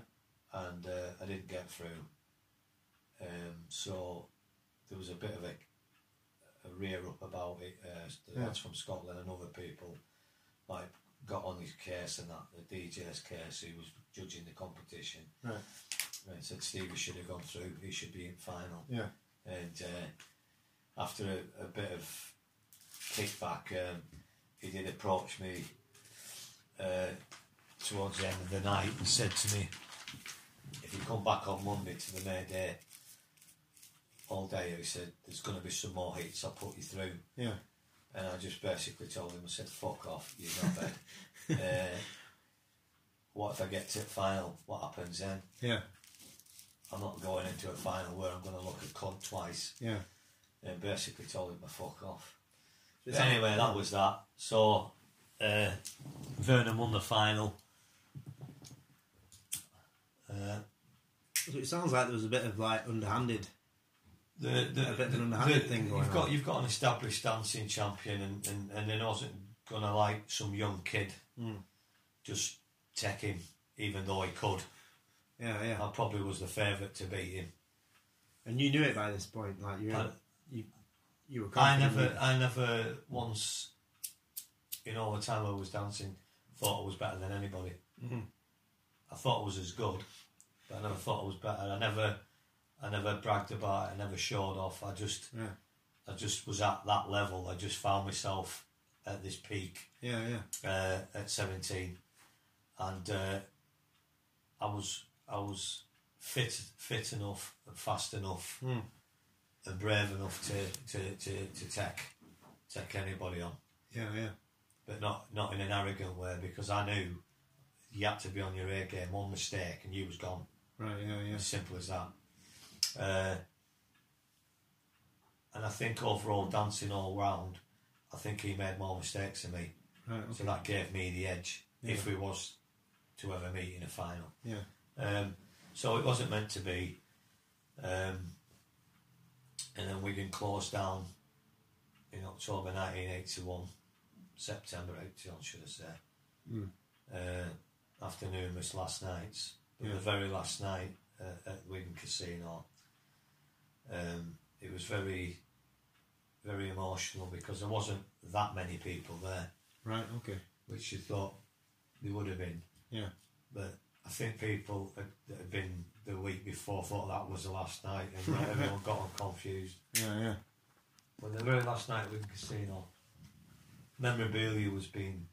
Speaker 5: And uh, I didn't get through. Um, so there was a bit of a, a rear up about it. Uh, the
Speaker 6: Yeah.
Speaker 5: lads from Scotland and other people like got on his case and that the DJ's case who was judging the competition.
Speaker 6: Right.
Speaker 5: And said Stevie should have gone through. He should be in final.
Speaker 6: yeah,
Speaker 5: And uh, after a, a bit of kickback, um, he did approach me uh, towards the end of the night and said to me, if you come back on Monday to the May Day, all day, he said, there's going to be some more hits, I'll put you through.
Speaker 6: yeah,
Speaker 5: And I just basically told him, I said, fuck off, you're not bad. uh, what if I get to the final? What happens then?
Speaker 6: yeah,
Speaker 5: I'm not going into a final where I'm going to look at cunt twice
Speaker 6: yeah.
Speaker 5: and basically told him to fuck off.
Speaker 6: Is
Speaker 5: But anyway, that was that. So, uh, Vernon won the final. Uh,
Speaker 6: So it sounds like there was a bit of like underhanded.
Speaker 5: the, the,
Speaker 6: A bit of an underhanded thing going
Speaker 5: you've got
Speaker 6: on.
Speaker 5: you've got an established dancing champion, and and, and then wasn't gonna like some young kid just take him, even though he could.
Speaker 6: Yeah, yeah.
Speaker 5: I probably was the favourite to beat him.
Speaker 6: And you knew it by this point, like you,
Speaker 5: I-
Speaker 6: you, you were.
Speaker 5: I
Speaker 6: confident.
Speaker 5: never, I never once, in all the time I was dancing, thought I was better than anybody.
Speaker 6: Mhm.
Speaker 5: I thought I was as good, but I never thought I was better. I never, I never bragged about it. I never showed off. I just,
Speaker 6: Yeah,
Speaker 5: I just was at that level. I just found myself at this peak
Speaker 6: yeah, yeah,
Speaker 5: uh, at 17, and uh, I was I was fit fit enough and fast enough
Speaker 6: Hmm.
Speaker 5: and brave enough to to, to, to take take anybody on,
Speaker 6: yeah, yeah.
Speaker 5: but not not in an arrogant way because I knew you had to be on your A game. One mistake and you was gone.
Speaker 6: Right, yeah, yeah,
Speaker 5: As simple as that. Uh, and I think overall dancing all round, I think he made more mistakes than me.
Speaker 6: right, okay.
Speaker 5: So that gave me the edge if
Speaker 6: Yeah.
Speaker 5: we was to ever meet in a final.
Speaker 6: yeah,
Speaker 5: Um, so it wasn't meant to be. Um, and then Wigan closed down in October 1981, September 81, should I say.
Speaker 6: Mm.
Speaker 5: Uh, after numerous last nights, but
Speaker 6: Yeah.
Speaker 5: the very last night uh, at Wigan Casino, um, it was very, very emotional because there wasn't that many people there
Speaker 6: right, okay,
Speaker 5: which you thought they would have been.
Speaker 6: yeah,
Speaker 5: But I think people had- that had been the week before thought that was the last night, and then everyone got all confused.
Speaker 6: yeah, yeah,
Speaker 5: But the very last night with the casino, memorabilia was being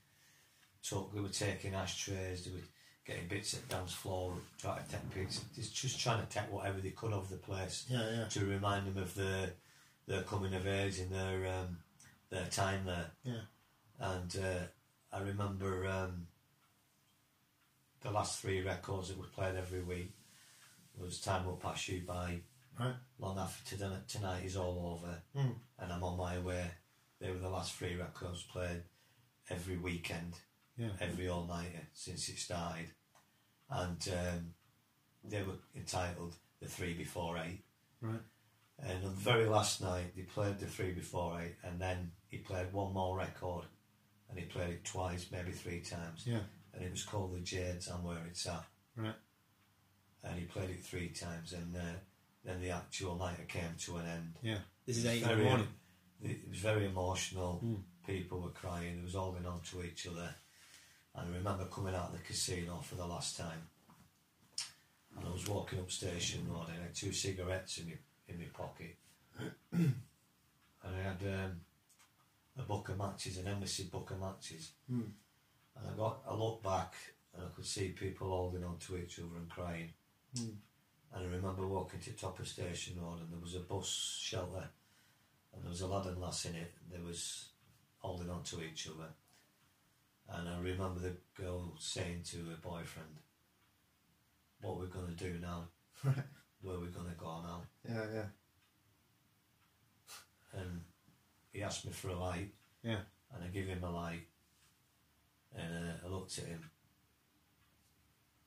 Speaker 5: took. They were taking ashtrays. They were getting bits at dance floor, trying to take bits, just, just trying to take whatever they could of the place
Speaker 6: Yeah, yeah.
Speaker 5: to remind them of their their coming of age and their um, their time there.
Speaker 6: Yeah.
Speaker 5: And uh, I remember um, the last three records that we played every week was "Time Will Pass You By,"
Speaker 6: Right.
Speaker 5: "Long After Tonight, tonight Is All Over,"
Speaker 6: Mm.
Speaker 5: and "I'm On My Way." They were the last three records played every weekend
Speaker 6: Yeah.
Speaker 5: every all nighter since it started, and um, they were entitled the three before eight.
Speaker 6: Right.
Speaker 5: And the very last night they played the three before eight, and then he played one more record, and he played it twice, maybe three times,
Speaker 6: Yeah.
Speaker 5: and it was called the Jades and where it's at,
Speaker 6: Right.
Speaker 5: and he played it three times, and uh, then the actual nighter came to an end.
Speaker 6: Yeah. This is eight in the
Speaker 5: Very-
Speaker 6: morning.
Speaker 5: It was very emotional. People were crying. It was holding on to each other. And I remember coming out of the casino for the last time. And I was walking up Station Road and I had two cigarettes in my, in my pocket. and I had um, a book of matches, an embassy book of matches. And I got I looked back and I could see people holding on to each other and crying. And I remember walking to top of Station Road and there was a bus shelter and there was a lad and lass in it. They was holding on to each other, and I remember the girl saying to her boyfriend, "What we're gonna do now? Where we're gonna go now?"
Speaker 6: Yeah, yeah.
Speaker 5: And he asked me for a light,
Speaker 6: Yeah.
Speaker 5: and I give him a light, and uh, I looked at him,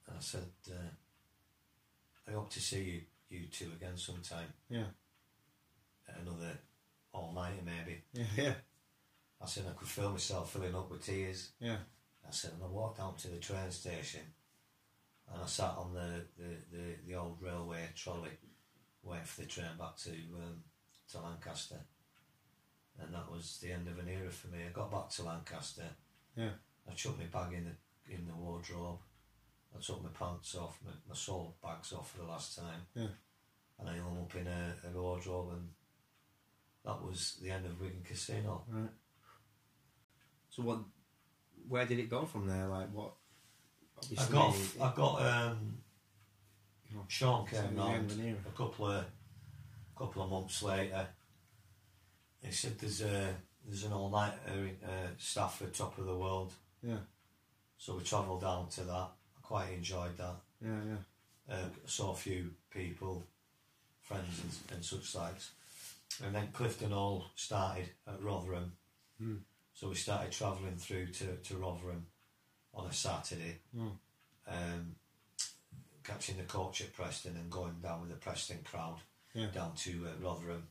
Speaker 5: and I said, uh, "I hope to see you, you two again sometime
Speaker 6: Yeah.
Speaker 5: at another all nighter maybe."
Speaker 6: Yeah. Yeah.
Speaker 5: I said I could feel myself filling up with tears.
Speaker 6: Yeah.
Speaker 5: I said, and I walked down to the train station and I sat on the, the, the, the old railway trolley waiting for the train back to um, to Lancaster. And that was the end of an era for me. I got back to Lancaster.
Speaker 6: Yeah.
Speaker 5: I chucked my bag in the in the wardrobe. I took my pants off, my, my salt bags off for the last time.
Speaker 6: Yeah.
Speaker 5: And I hung 'em up in a, a wardrobe and that was the end of Wigan Casino.
Speaker 6: Right. So what? Where did it go from there? Like what?
Speaker 5: I
Speaker 6: obviously-
Speaker 5: got, I got um,
Speaker 6: Oh,
Speaker 5: Sean
Speaker 6: so it was
Speaker 5: came
Speaker 6: the end
Speaker 5: round
Speaker 6: of an era.
Speaker 5: a couple of couple of months later. He said, "There's a there's an all night uh, staff at Top of the World."
Speaker 6: Yeah.
Speaker 5: So we travelled down to that. I quite enjoyed that.
Speaker 6: Yeah. Yeah.
Speaker 5: Uh, saw a few people, friends and, and such likes, and then Clifton Hall started at Rotherham.
Speaker 6: Hmm.
Speaker 5: So we started travelling through to, to Rotherham on a Saturday
Speaker 6: Hmm.
Speaker 5: um, catching the coach at Preston and going down with the Preston crowd
Speaker 6: Yeah.
Speaker 5: down to uh, Rotherham.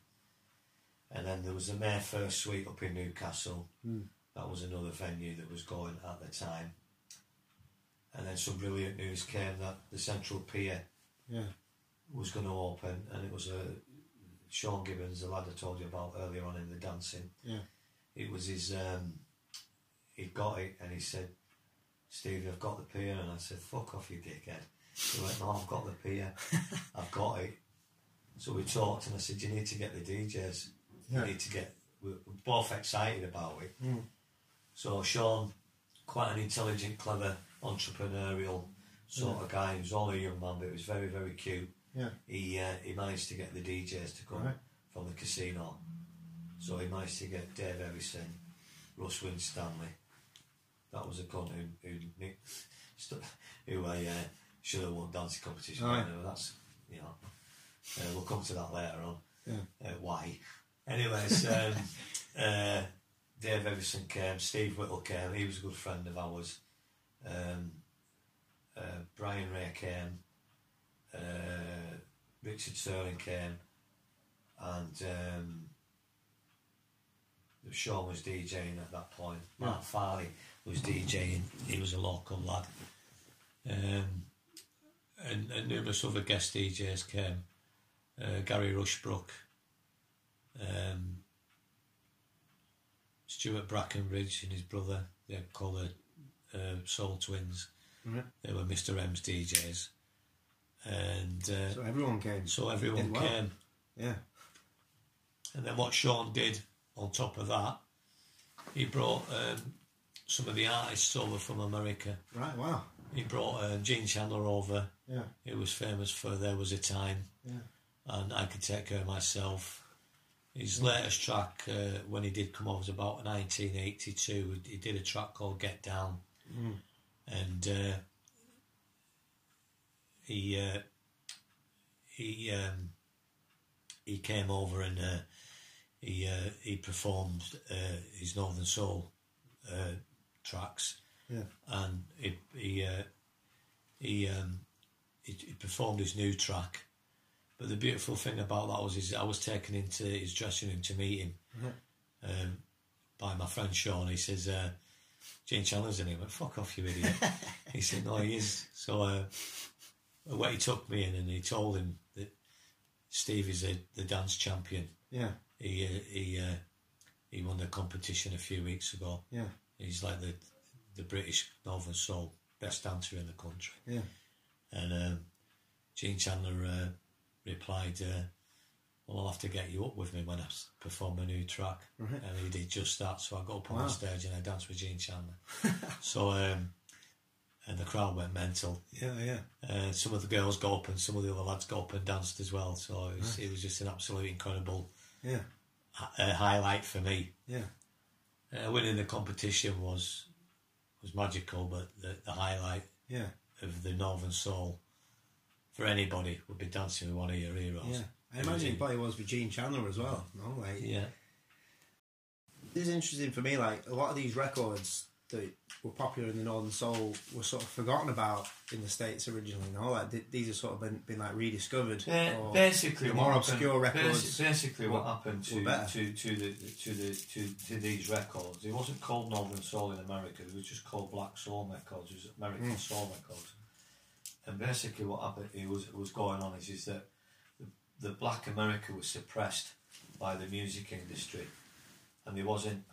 Speaker 5: And then there was the May First Suite up in Newcastle.
Speaker 6: Mm.
Speaker 5: That was another venue that was going at the time. And then some brilliant news came that the Central Pier
Speaker 6: Yeah.
Speaker 5: was going to open, and it was a Sean Gibbons, the lad I told you about earlier on in the dancing.
Speaker 6: Yeah.
Speaker 5: it was his. Um, he got it, and he said, "Stevie, I've got the pier," and I said, "Fuck off, you dickhead." He went, "No, I've got the pier. I've got it." So we talked, and I said, "You need to get the DJs.
Speaker 6: Yeah.
Speaker 5: You need to get." we- We're both excited about it.
Speaker 6: Mm.
Speaker 5: So Sean, quite an intelligent, clever, entrepreneurial sort of guy. He was only a young man, but he was very, very cute
Speaker 6: Yeah.
Speaker 5: he uh, he managed to get the DJs to come
Speaker 6: Right.
Speaker 5: from the casino. So he managed to get Dave Everson, Russ Winstanley. That was a cunt who who, Nick, st- who I uh, should have won dancing competition.
Speaker 6: Aye.
Speaker 5: Anyway, that's you know uh, we'll come to that later on.
Speaker 6: Yeah.
Speaker 5: Uh, why? Anyways, um, uh, Dave Everson came, Steve Whittle came. He was a good friend of ours. Um, uh, Brian Ray came. Uh, Richard Sterling came, and um, Sean was DJing at that point. Mark Farley was DJing. He was a local lad, um, and, and numerous other guest DJs came. Uh, Gary Rushbrook, um, Stuart Brackenridge, and his brother. They're called the uh, Soul Twins.
Speaker 6: Right.
Speaker 5: They were Mr M's DJs, and uh,
Speaker 6: So everyone came.
Speaker 5: so everyone
Speaker 6: Did well.
Speaker 5: came.
Speaker 6: Yeah.
Speaker 5: And then what Sean did on top of that, he brought um, some of the artists over from America.
Speaker 6: Right. Wow.
Speaker 5: He brought uh, Gene Chandler over.
Speaker 6: Yeah.
Speaker 5: It was famous for There Was a Time.
Speaker 6: Yeah.
Speaker 5: And I Could Take Care of Myself. His latest track, uh, when he did come over, was about 1982. He did a track called Get Down.
Speaker 6: Mm.
Speaker 5: And uh, he uh, he um, he came over and uh, he uh, he performed uh, his Northern Soul uh, tracks
Speaker 6: Yeah.
Speaker 5: and he he uh, he, um, he he performed his new track. But the beautiful thing about that was is I was taken into his dressing room to meet him um, by my friend Sean. He says, uh, "Gene Chandler's in." He went, "Fuck off, you idiot." he said, "No, he is." So uh, away he took me in, and he told him that Steve is the, the dance champion.
Speaker 6: Yeah.
Speaker 5: He uh, he uh, he won the competition a few weeks ago.
Speaker 6: Yeah.
Speaker 5: He's like the the British Northern Soul best dancer in the country.
Speaker 6: Yeah.
Speaker 5: And um, Gene Chandler uh, replied, uh, "Well, I'll have to get you up with me when I s- perform a new track."
Speaker 6: Right.
Speaker 5: And he did just that. So I got up on
Speaker 6: Wow.
Speaker 5: the stage and I danced with Gene Chandler. so um, and the crowd went mental.
Speaker 6: Yeah. Yeah.
Speaker 5: Uh, some of the girls got up and some of the other lads got up and danced as well. So it was, it was just an absolutely incredible
Speaker 6: Yeah.
Speaker 5: hi- uh, highlight for me.
Speaker 6: Yeah.
Speaker 5: Uh, winning the competition was was magical, but the, the highlight
Speaker 6: Yeah.
Speaker 5: of the Northern Soul for anybody would be dancing with one of your heroes.
Speaker 6: Yeah. I imagine it probably was with Gene Chandler as well. No, like
Speaker 5: Yeah,
Speaker 6: this is interesting for me. Like a lot of these records that were popular in the Northern Soul were sort of forgotten about in the states originally. No, like th- these have sort of been, been like rediscovered. or
Speaker 5: basically,
Speaker 6: the more obscure records.
Speaker 5: Basically, what
Speaker 6: were-
Speaker 5: happened
Speaker 6: were
Speaker 5: to
Speaker 6: better.
Speaker 5: to to the to the to, to these records? It wasn't called Northern Soul in America. It was just called Black Soul Records. It was American Soul Records. And basically, what happened? It was was going on is is that the, the Black America was suppressed by the music industry, and there wasn't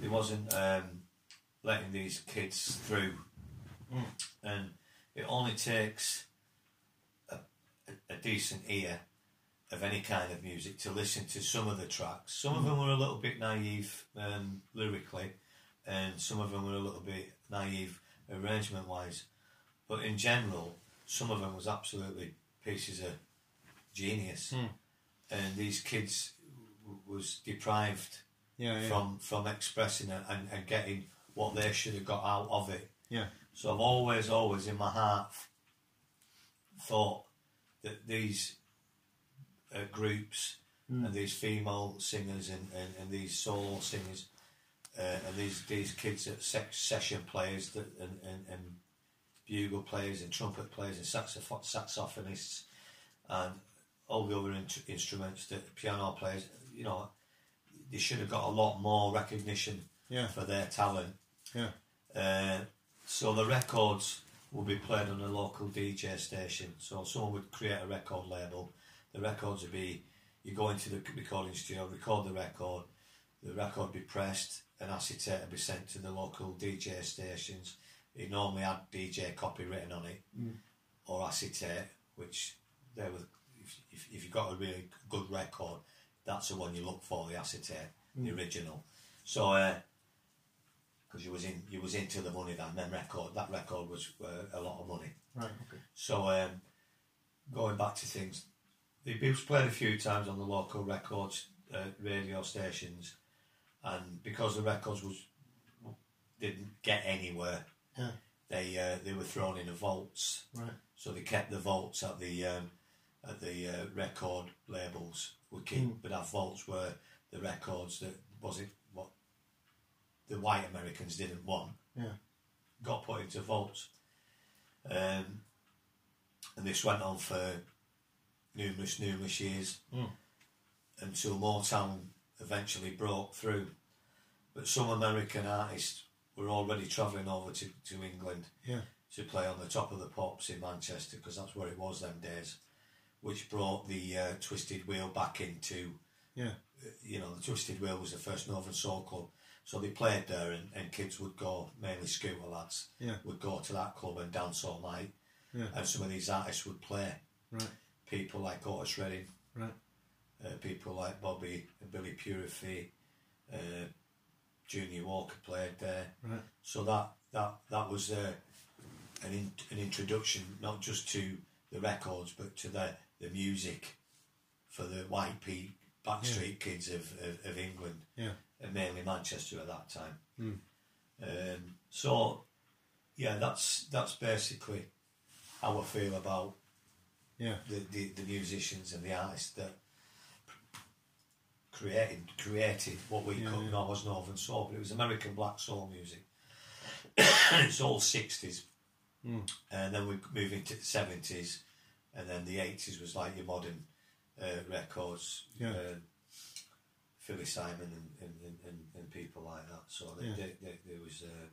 Speaker 5: there wasn't um, letting these kids through. And it only takes a, a decent ear of any kind of music to listen to some of the tracks. Some of them were a little bit naive um, lyrically, and some of them were a little bit naive arrangement wise. But in general, some of them was absolutely pieces of genius. And these kids w- was deprived
Speaker 6: Yeah. Yeah.
Speaker 5: from from expressing it and, and getting what they should have got out of it.
Speaker 6: yeah.
Speaker 5: So I've always, always in my heart thought that these uh, groups and these female singers and, and, and these solo singers uh, and these these kids that se- session players that and, and, and bugle players and trumpet players and saxopho- saxophonists and all the other in- instruments that piano players, you know, they should have got a lot more recognition
Speaker 6: Yeah.
Speaker 5: for their talent.
Speaker 6: Yeah.
Speaker 5: Uh, so the records will be played on a local DJ station. So someone would create a record label. The records would be you go into the recording studio, record the record. The record be pressed, and acetate would be sent to the local DJ stations. It normally had DJ copy written on it,
Speaker 6: Mm.
Speaker 5: or acetate, which there was. If, if, if you've got a really good record, that's the one you look for, the acetate, the
Speaker 6: Mm.
Speaker 5: original. So. Uh, because you was in you was into the money then. Then record that record was uh, a lot of money.
Speaker 6: Right. Okay.
Speaker 5: So um, going back to things, the Beatles played a few times on the local records uh, radio stations, and because the records was didn't get anywhere,
Speaker 6: Yeah.
Speaker 5: they uh, they were thrown in the vaults.
Speaker 6: Right.
Speaker 5: So they kept the vaults at the um, at the uh, record labels would keep,
Speaker 6: Hmm.
Speaker 5: but our vaults were the records that wasn't what the white Americans didn't want
Speaker 6: Yeah.
Speaker 5: got put into vaults. Um, and this went on for numerous, numerous years until Motown eventually broke through. But some American artists were already travelling over to, to England
Speaker 6: Yeah.
Speaker 5: to play on the top of the pops in Manchester because that's where it was them days, which brought the uh, Twisted Wheel back into
Speaker 6: Yeah.
Speaker 5: you know, the Twisted Wheel was the first Northern Soul Club. So they played there and, and kids would go, mainly scooter lads,
Speaker 6: Yeah.
Speaker 5: would go to that club and dance all night.
Speaker 6: Yeah.
Speaker 5: And some of these artists would play.
Speaker 6: Right.
Speaker 5: People like Otis Redding,
Speaker 6: Right.
Speaker 5: uh, people like Bobby and Billy Purify, uh, Junior Walker played there.
Speaker 6: Right.
Speaker 5: So that that that was uh, an, in, an introduction not just to the records but to the, the music for the YP Backstreet Kids of, of, of England
Speaker 6: Yeah.
Speaker 5: and mainly Manchester at that time. Um, so yeah, that's that's basically how I feel about
Speaker 6: Yeah.
Speaker 5: the, the, the musicians and the artists that created created what we
Speaker 6: Yeah,
Speaker 5: call
Speaker 6: yeah.
Speaker 5: no, it was Northern Soul, but it was American black soul music. it's all sixties,
Speaker 6: Hmm.
Speaker 5: and then we move into the seventies, and then the eighties was like your modern uh, records,
Speaker 6: Yeah.
Speaker 5: uh, Philly Simon and, and, and, and, and people like that. So they,
Speaker 6: Yeah.
Speaker 5: they, they, there was uh,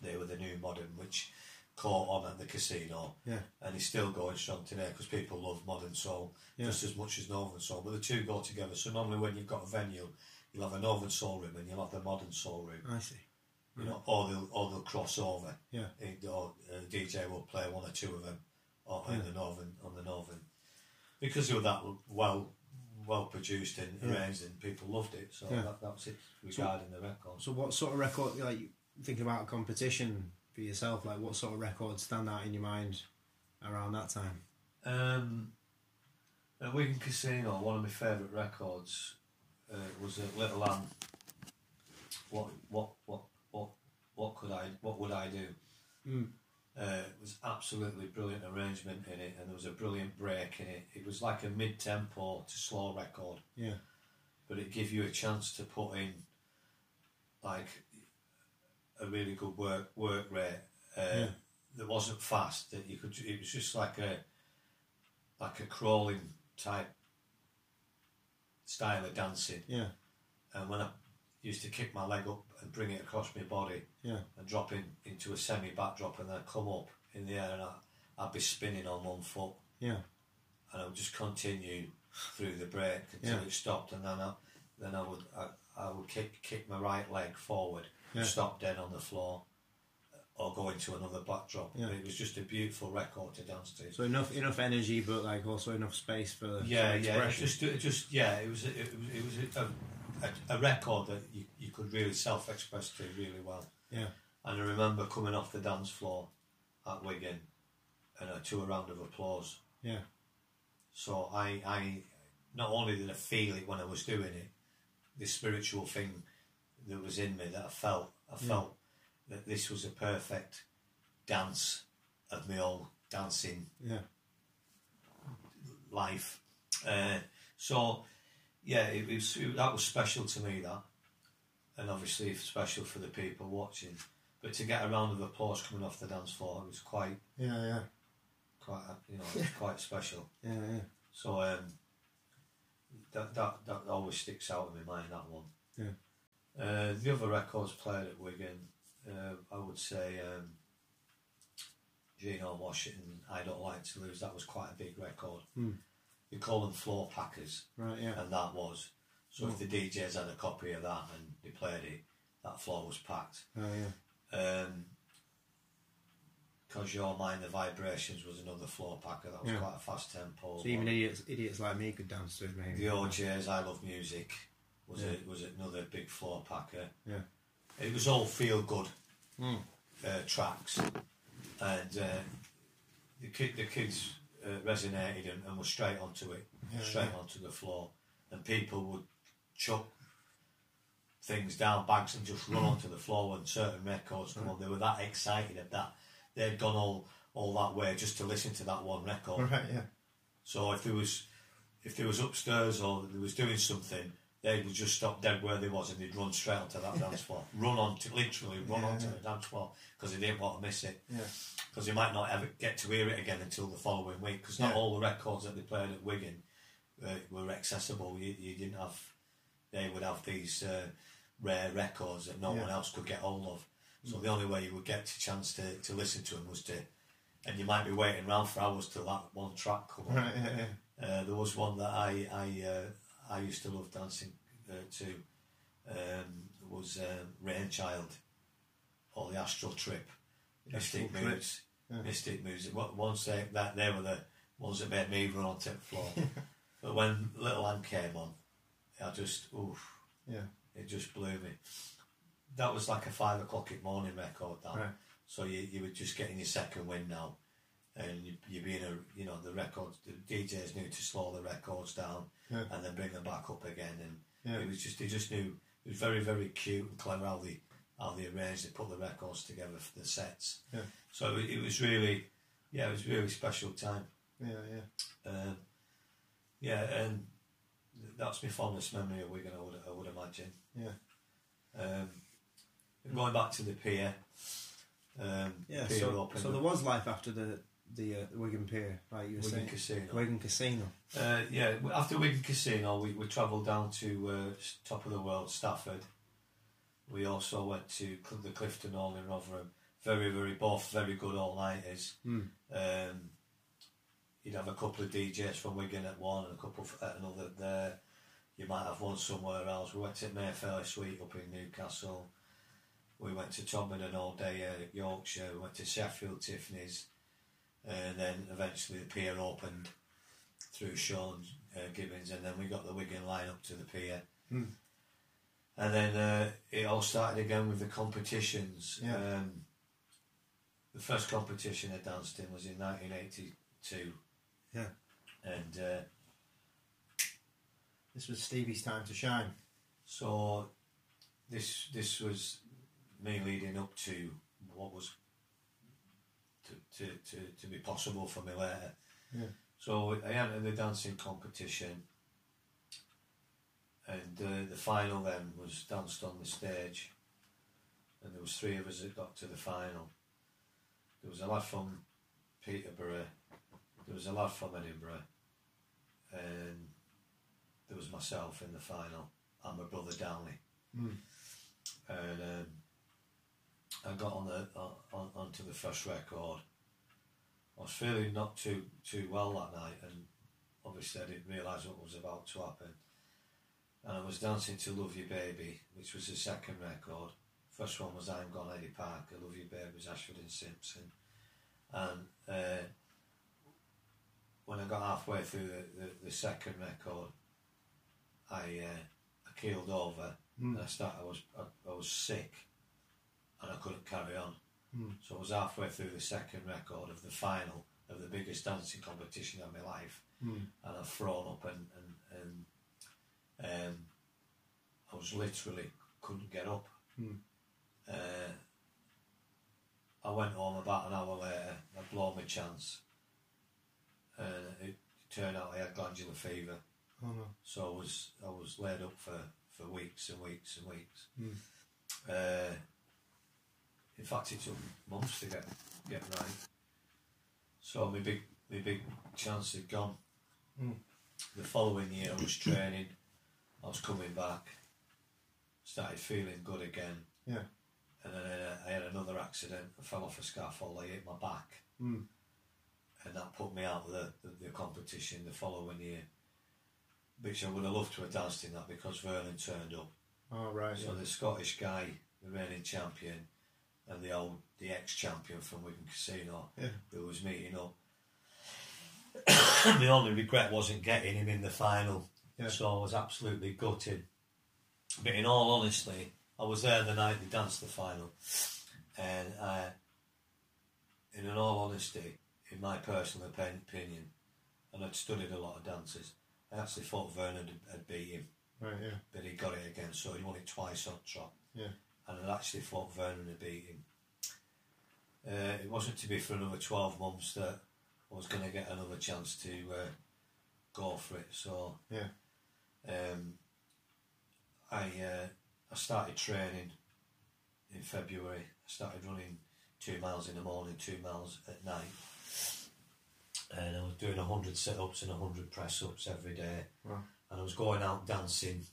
Speaker 5: they were the new modern, which caught on at the casino
Speaker 6: Yeah.
Speaker 5: and he's still going strong today because people love modern soul
Speaker 6: Yeah.
Speaker 5: just as much as northern soul. But the two go together. So normally when you've got a venue, you'll have a northern soul room and you'll have the modern soul room.
Speaker 6: I see.
Speaker 5: You know, or they'll or they'll cross over.
Speaker 6: Yeah.
Speaker 5: It- Or uh, DJ will play one or two of them, or in the northern on the northern, because they were that well well produced and arranged and people loved it. So
Speaker 6: Yeah.
Speaker 5: that, that was it regarding the records.
Speaker 6: So what sort of record like thinking about competition for yourself? Like what sort of records stand out in your mind around that time?
Speaker 5: Um, at Wigan Casino, one of my favourite records uh, was at Little Ann. What, what, what, what, what could I, what would I do? Uh, it was absolutely brilliant arrangement in it, and there was a brilliant break in it. It was like a mid-tempo to slow record,
Speaker 6: Yeah.
Speaker 5: but it gave you a chance to put in like a really good work work rate uh,
Speaker 6: Yeah.
Speaker 5: that wasn't fast. That you could, it was just like a like a crawling type style of dancing.
Speaker 6: Yeah.
Speaker 5: And when I used to kick my leg up and bring it across my body
Speaker 6: Yeah.
Speaker 5: and drop in into a semi backdrop and then come up in the air and I, I'd be spinning on one foot
Speaker 6: Yeah.
Speaker 5: and I would just continue through the break until
Speaker 6: Yeah.
Speaker 5: it stopped, and then I, then I would I, I would kick kick my right leg forward,
Speaker 6: Yeah.
Speaker 5: stop dead on the floor, or go into another backdrop.
Speaker 6: Yeah.
Speaker 5: It was just a beautiful record to dance to.
Speaker 6: So enough enough energy but like also enough space for
Speaker 5: yeah, yeah, it
Speaker 6: for expression.
Speaker 5: just it just yeah, it was it was, it was a, a, a record that you, you could really self express to really well.
Speaker 6: Yeah.
Speaker 5: And I remember coming off the dance floor at Wigan, and I to a round of applause.
Speaker 6: Yeah.
Speaker 5: So I, I, not only did I feel it when I was doing it, the spiritual thing that was in me that I felt, I felt that this was a perfect dance of my own dancing
Speaker 6: Yeah.
Speaker 5: life. Uh, so, yeah, it was it- that was special to me that, and obviously it's special for the people watching. But to get a round of applause coming off the dance floor, it was quite,
Speaker 6: Yeah, yeah.
Speaker 5: quite, you know, it was quite special.
Speaker 6: Yeah, yeah.
Speaker 5: So um, that, that that always sticks out in my mind. That one. Yeah. Uh, the other records played at Wigan, uh, I would say um, Gino Washington. I don't like to lose. That was quite a big record. You call them floor packers,
Speaker 6: Right, Hmm. yeah. Hmm.
Speaker 5: and that was. So if the DJs had a copy of that and they played it, that floor was packed.
Speaker 6: Oh yeah.
Speaker 5: Um 'cause your mind, the vibrations was another floor packer. That was
Speaker 6: Yeah.
Speaker 5: quite a fast tempo.
Speaker 6: So even
Speaker 5: one.
Speaker 6: idiots idiots like me could dance to it maybe.
Speaker 5: The OJ's I Love Music was
Speaker 6: Yeah.
Speaker 5: a, was another big floor packer.
Speaker 6: Yeah. Hmm.
Speaker 5: It was all feel good uh, tracks, and uh, the kid the kids uh, resonated and, and were straight onto it, straight onto the floor, and people would chuck things down bags and just run onto the floor when certain records come on. They were that excited at that they'd gone all all that way just to listen to that one record.
Speaker 6: Right, yeah.
Speaker 5: So if there was if there was upstairs or they was doing something, they would just stop dead where they was and they'd run straight onto that dance floor, run on to literally run onto the dance floor because they didn't want to miss it.
Speaker 6: Yeah.
Speaker 5: Because they might not ever get to hear it again until the following week. Because not
Speaker 6: Yeah.
Speaker 5: all the records that they played at Wigan uh, were accessible. You, you didn't have. They would have these uh, rare records that no
Speaker 6: Yeah. Mm.
Speaker 5: one else could get hold of. So the only way you would get a chance to, to listen to them was to, and you might be waiting around for hours till that one track come on.
Speaker 6: Right, yeah, yeah.
Speaker 5: Uh, there was one that I I uh, I used to love dancing uh, to. Um, was um, Rainchild or the Astral Trip, Mystic
Speaker 6: Astral Trip,
Speaker 5: Moves, Mystic Moves. What once they, that they were the ones that made me run on tip floor. but when Little Anne came on, I just oof,
Speaker 6: Yeah.
Speaker 5: it just blew me. That was like a five o'clock in the morning record. That
Speaker 6: Right.
Speaker 5: So you, you were just getting your second win now, and you, you're being a you know the records the DJs knew to slow the records down
Speaker 6: Yeah.
Speaker 5: and then bring them back up again, and
Speaker 6: Yeah.
Speaker 5: it was just they just knew it was very very cute and clever how they how they arranged they put the records together for the sets.
Speaker 6: Yeah.
Speaker 5: So it, it was really yeah it was a really special time.
Speaker 6: Yeah, yeah.
Speaker 5: Um, yeah, and th- that's my fondest memory of Wigan. I would, I would imagine.
Speaker 6: Yeah.
Speaker 5: Um, going back to the pier. Um,
Speaker 6: Yeah,
Speaker 5: pier
Speaker 6: so,
Speaker 5: open,
Speaker 6: so there was life after the the uh, Wigan Pier, like you were
Speaker 5: Wigan
Speaker 6: saying.
Speaker 5: Casino.
Speaker 6: Wigan Casino.
Speaker 5: Uh, yeah, w- after Wigan Casino, we, we travelled down to uh, s- top of the world, Stafford. We also went to Cl- the Clifton Hall in Rotherham. Very, very both very good all nighters.
Speaker 6: Mm.
Speaker 5: Um, you'd have a couple of DJs from Wigan at one and a couple f- at another there. You might have one somewhere else. We went to Mayfair Suite up in Newcastle. We went to Tomlin all day uh, Yorkshire. We went to Sheffield Tiffany's, and then eventually the pier opened through Sean uh, Gibbons, and then we got the Wigan line up to the pier.
Speaker 6: Hmm.
Speaker 5: And then uh, it all started again with the competitions.
Speaker 6: Yeah.
Speaker 5: Um, the first competition I danced in was in 1982.
Speaker 6: Yeah.
Speaker 5: And uh,
Speaker 6: This was Stevie's time to shine.
Speaker 5: so this this was me leading up to what was to, to, to, to be possible for me later.
Speaker 6: Yeah.
Speaker 5: So I entered the dancing competition, and uh, the final then was danced on the stage, and there was three of us that got to the final. There was a lad from Peterborough, there was a lad from Edinburgh, and there was myself in the final and my brother Downey.
Speaker 6: Mm.
Speaker 5: And um, I got on the on, on onto the first record. I was feeling not too too well that night, and obviously I didn't realise what was about to happen. And I was dancing to "Love You Baby," which was the second record. First one was "I'm Gone Eddie Parker." "Love You Baby" was Ashford and Simpson. And uh, when I got halfway through the, the, the second record, I uh, I keeled over
Speaker 6: Mm.
Speaker 5: and I started, I was I, I was sick and I couldn't carry on.
Speaker 6: Mm.
Speaker 5: So I was halfway through the second record of the final of the biggest dancing competition of my life
Speaker 6: Mm.
Speaker 5: and I've thrown up and and, and um, I was literally couldn't get up.
Speaker 6: Hmm.
Speaker 5: Uh, I went home about an hour later. I blown my chance, and it turned out I had glandular fever.
Speaker 6: Oh no.
Speaker 5: So I was I was laid up for, for weeks and weeks and weeks.
Speaker 6: Mm.
Speaker 5: Uh, in fact, it took months to get get right. So my big my big chance had gone.
Speaker 6: Mm.
Speaker 5: The following year, I was training. I was coming back. Started feeling good again.
Speaker 6: Yeah.
Speaker 5: And then I, I had another accident. I fell off a scaffold. I hit my back,
Speaker 6: Mm.
Speaker 5: and that put me out of the, the, the competition the following year which I would have loved to have danced in that because Vernon turned up.
Speaker 6: Oh right.
Speaker 5: So the Scottish guy, the reigning champion, and the old the ex champion from Wigan Casino,
Speaker 6: Yeah.
Speaker 5: who was meeting up. the only regret wasn't getting him in the final,
Speaker 6: Yeah.
Speaker 5: so I was absolutely gutted. But in all honesty, I was there the night they danced the final, and I, in an all honesty, in my personal opin- opinion, and I'd studied a lot of dances, I actually thought Vernon had, had beat him
Speaker 6: Right. Yeah.
Speaker 5: but he got it again, so he won it twice on trot.
Speaker 6: Yeah.
Speaker 5: And I actually thought Vernon had beat him. Uh, it wasn't to be for another 12 months that I was going to get another chance to uh, go for it, so
Speaker 6: Yeah.
Speaker 5: um, I uh, I started training in February. I started running two miles in the morning, two miles at night. And I was doing 100 sit ups and 100 press ups every day.
Speaker 6: Wow.
Speaker 5: And I was going out dancing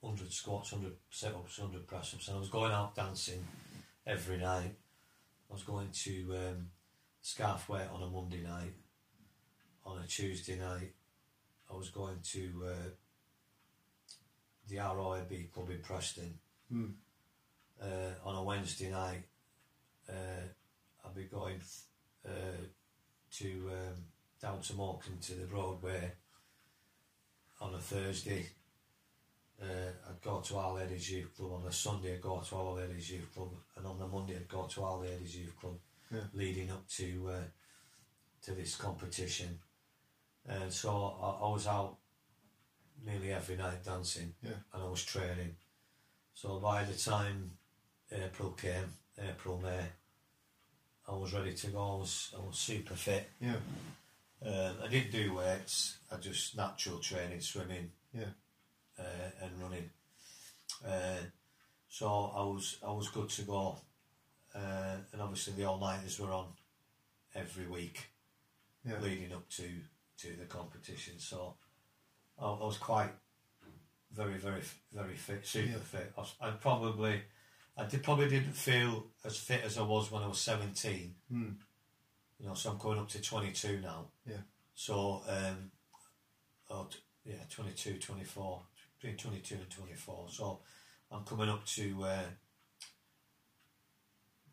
Speaker 5: 100 squats, 100 sit ups, 100 press ups. And I was going out dancing every night. I was going to um, scarf weight on a Monday night, on a Tuesday night. I was going to uh, the RIB club in Preston
Speaker 6: Mm.
Speaker 5: uh, on a Wednesday night. Uh, I'll be going uh, to um, down to Morecambe to the Broadway on a Thursday. Uh, I'd go to Our Ladies Youth Club. On the Sunday, I'd go to Our Ladies Youth Club. And on the Monday, I'd go to Our Ladies Youth Club,
Speaker 6: Yeah.
Speaker 5: leading up to uh, to this competition. And so I, I was out nearly every night dancing
Speaker 6: Yeah.
Speaker 5: and I was training. So by the time April came, April, May, I was ready to go. I was, I was super fit.
Speaker 6: Yeah.
Speaker 5: Um, I didn't do weights. I just natural training, swimming,
Speaker 6: Yeah.
Speaker 5: uh, and running. Uh, so I was I was good to go, uh, and obviously the all nighters were on every week
Speaker 6: Yeah.
Speaker 5: leading up to to the competition. So I, I was quite very very f- very fit, super
Speaker 6: Yeah.
Speaker 5: fit. I, was, I probably I did, probably didn't feel as fit as I was when I was seventeen.
Speaker 6: Mm.
Speaker 5: You know, so I'm going up to twenty two now.
Speaker 6: Yeah.
Speaker 5: So um, oh, t- yeah, 22, 24, between twenty two and twenty four. So I'm coming up to. Uh,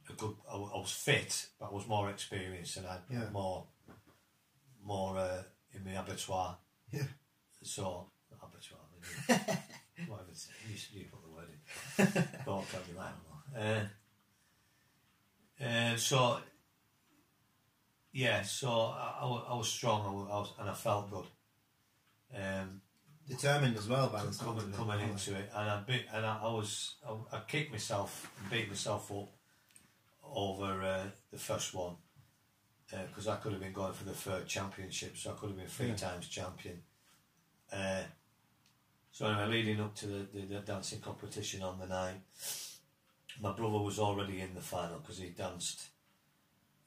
Speaker 5: a good. I, wa- I was fit, but I was more experienced and I had
Speaker 6: Yeah.
Speaker 5: more, more uh, in my abattoir.
Speaker 6: Yeah.
Speaker 5: So abattoir. isn't it? Whatever. it's- You, s- you put the word in. Don't tell me that. anymore. Uh, uh, so. Yeah, so I, I, wa- I was strong I wa- I was, and I felt good. Um,
Speaker 6: Determined as well by the sound
Speaker 5: coming
Speaker 6: of it.
Speaker 5: coming into it, and I bit, and I, I was I, I kicked myself and beat myself up over uh, the first one because I could have been going for the third championship, so I could have been three
Speaker 6: Yeah.
Speaker 5: times champion. Uh, so anyway, leading up to the, the, the dancing competition on the night, my brother was already in the final because he danced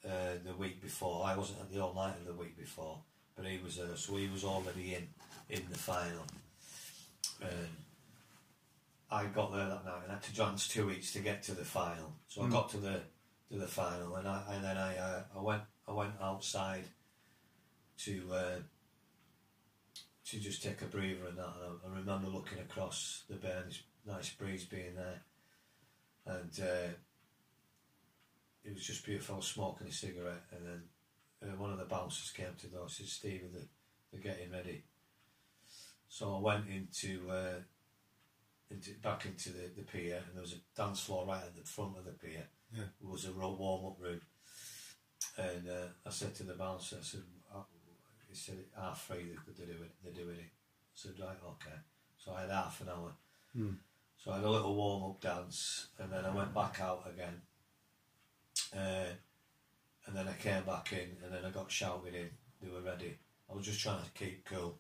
Speaker 5: uh, the week before. I wasn't at the all night of the week before, but he was there, so he was already in in the final. Um, I got there that night and had to dance two weeks to get to the final. So I got to the to the final, and I and then I uh, I went I went outside to uh, to just take a breather and that. And I, I remember looking across the bay, and this nice breeze being there, and uh, it was just beautiful. I was smoking a cigarette, and then uh, one of the bouncers came to the door. and Said, "Stevie, they're, they're getting ready." So I went into, uh, into back into the, the pier, and there was a dance floor right at the front of the pier.
Speaker 6: Yeah.
Speaker 5: It was a warm up room, and uh, I said to the bouncer, I said, "Uh, "He said half three they- they're doing they're doing it." I said, "Right, okay." So I had half an hour.
Speaker 6: Hmm.
Speaker 5: So I had a little warm up dance, and then I went back out again. Uh, and then I came back in, and then I got shouted in. They were ready. I was just trying to keep cool.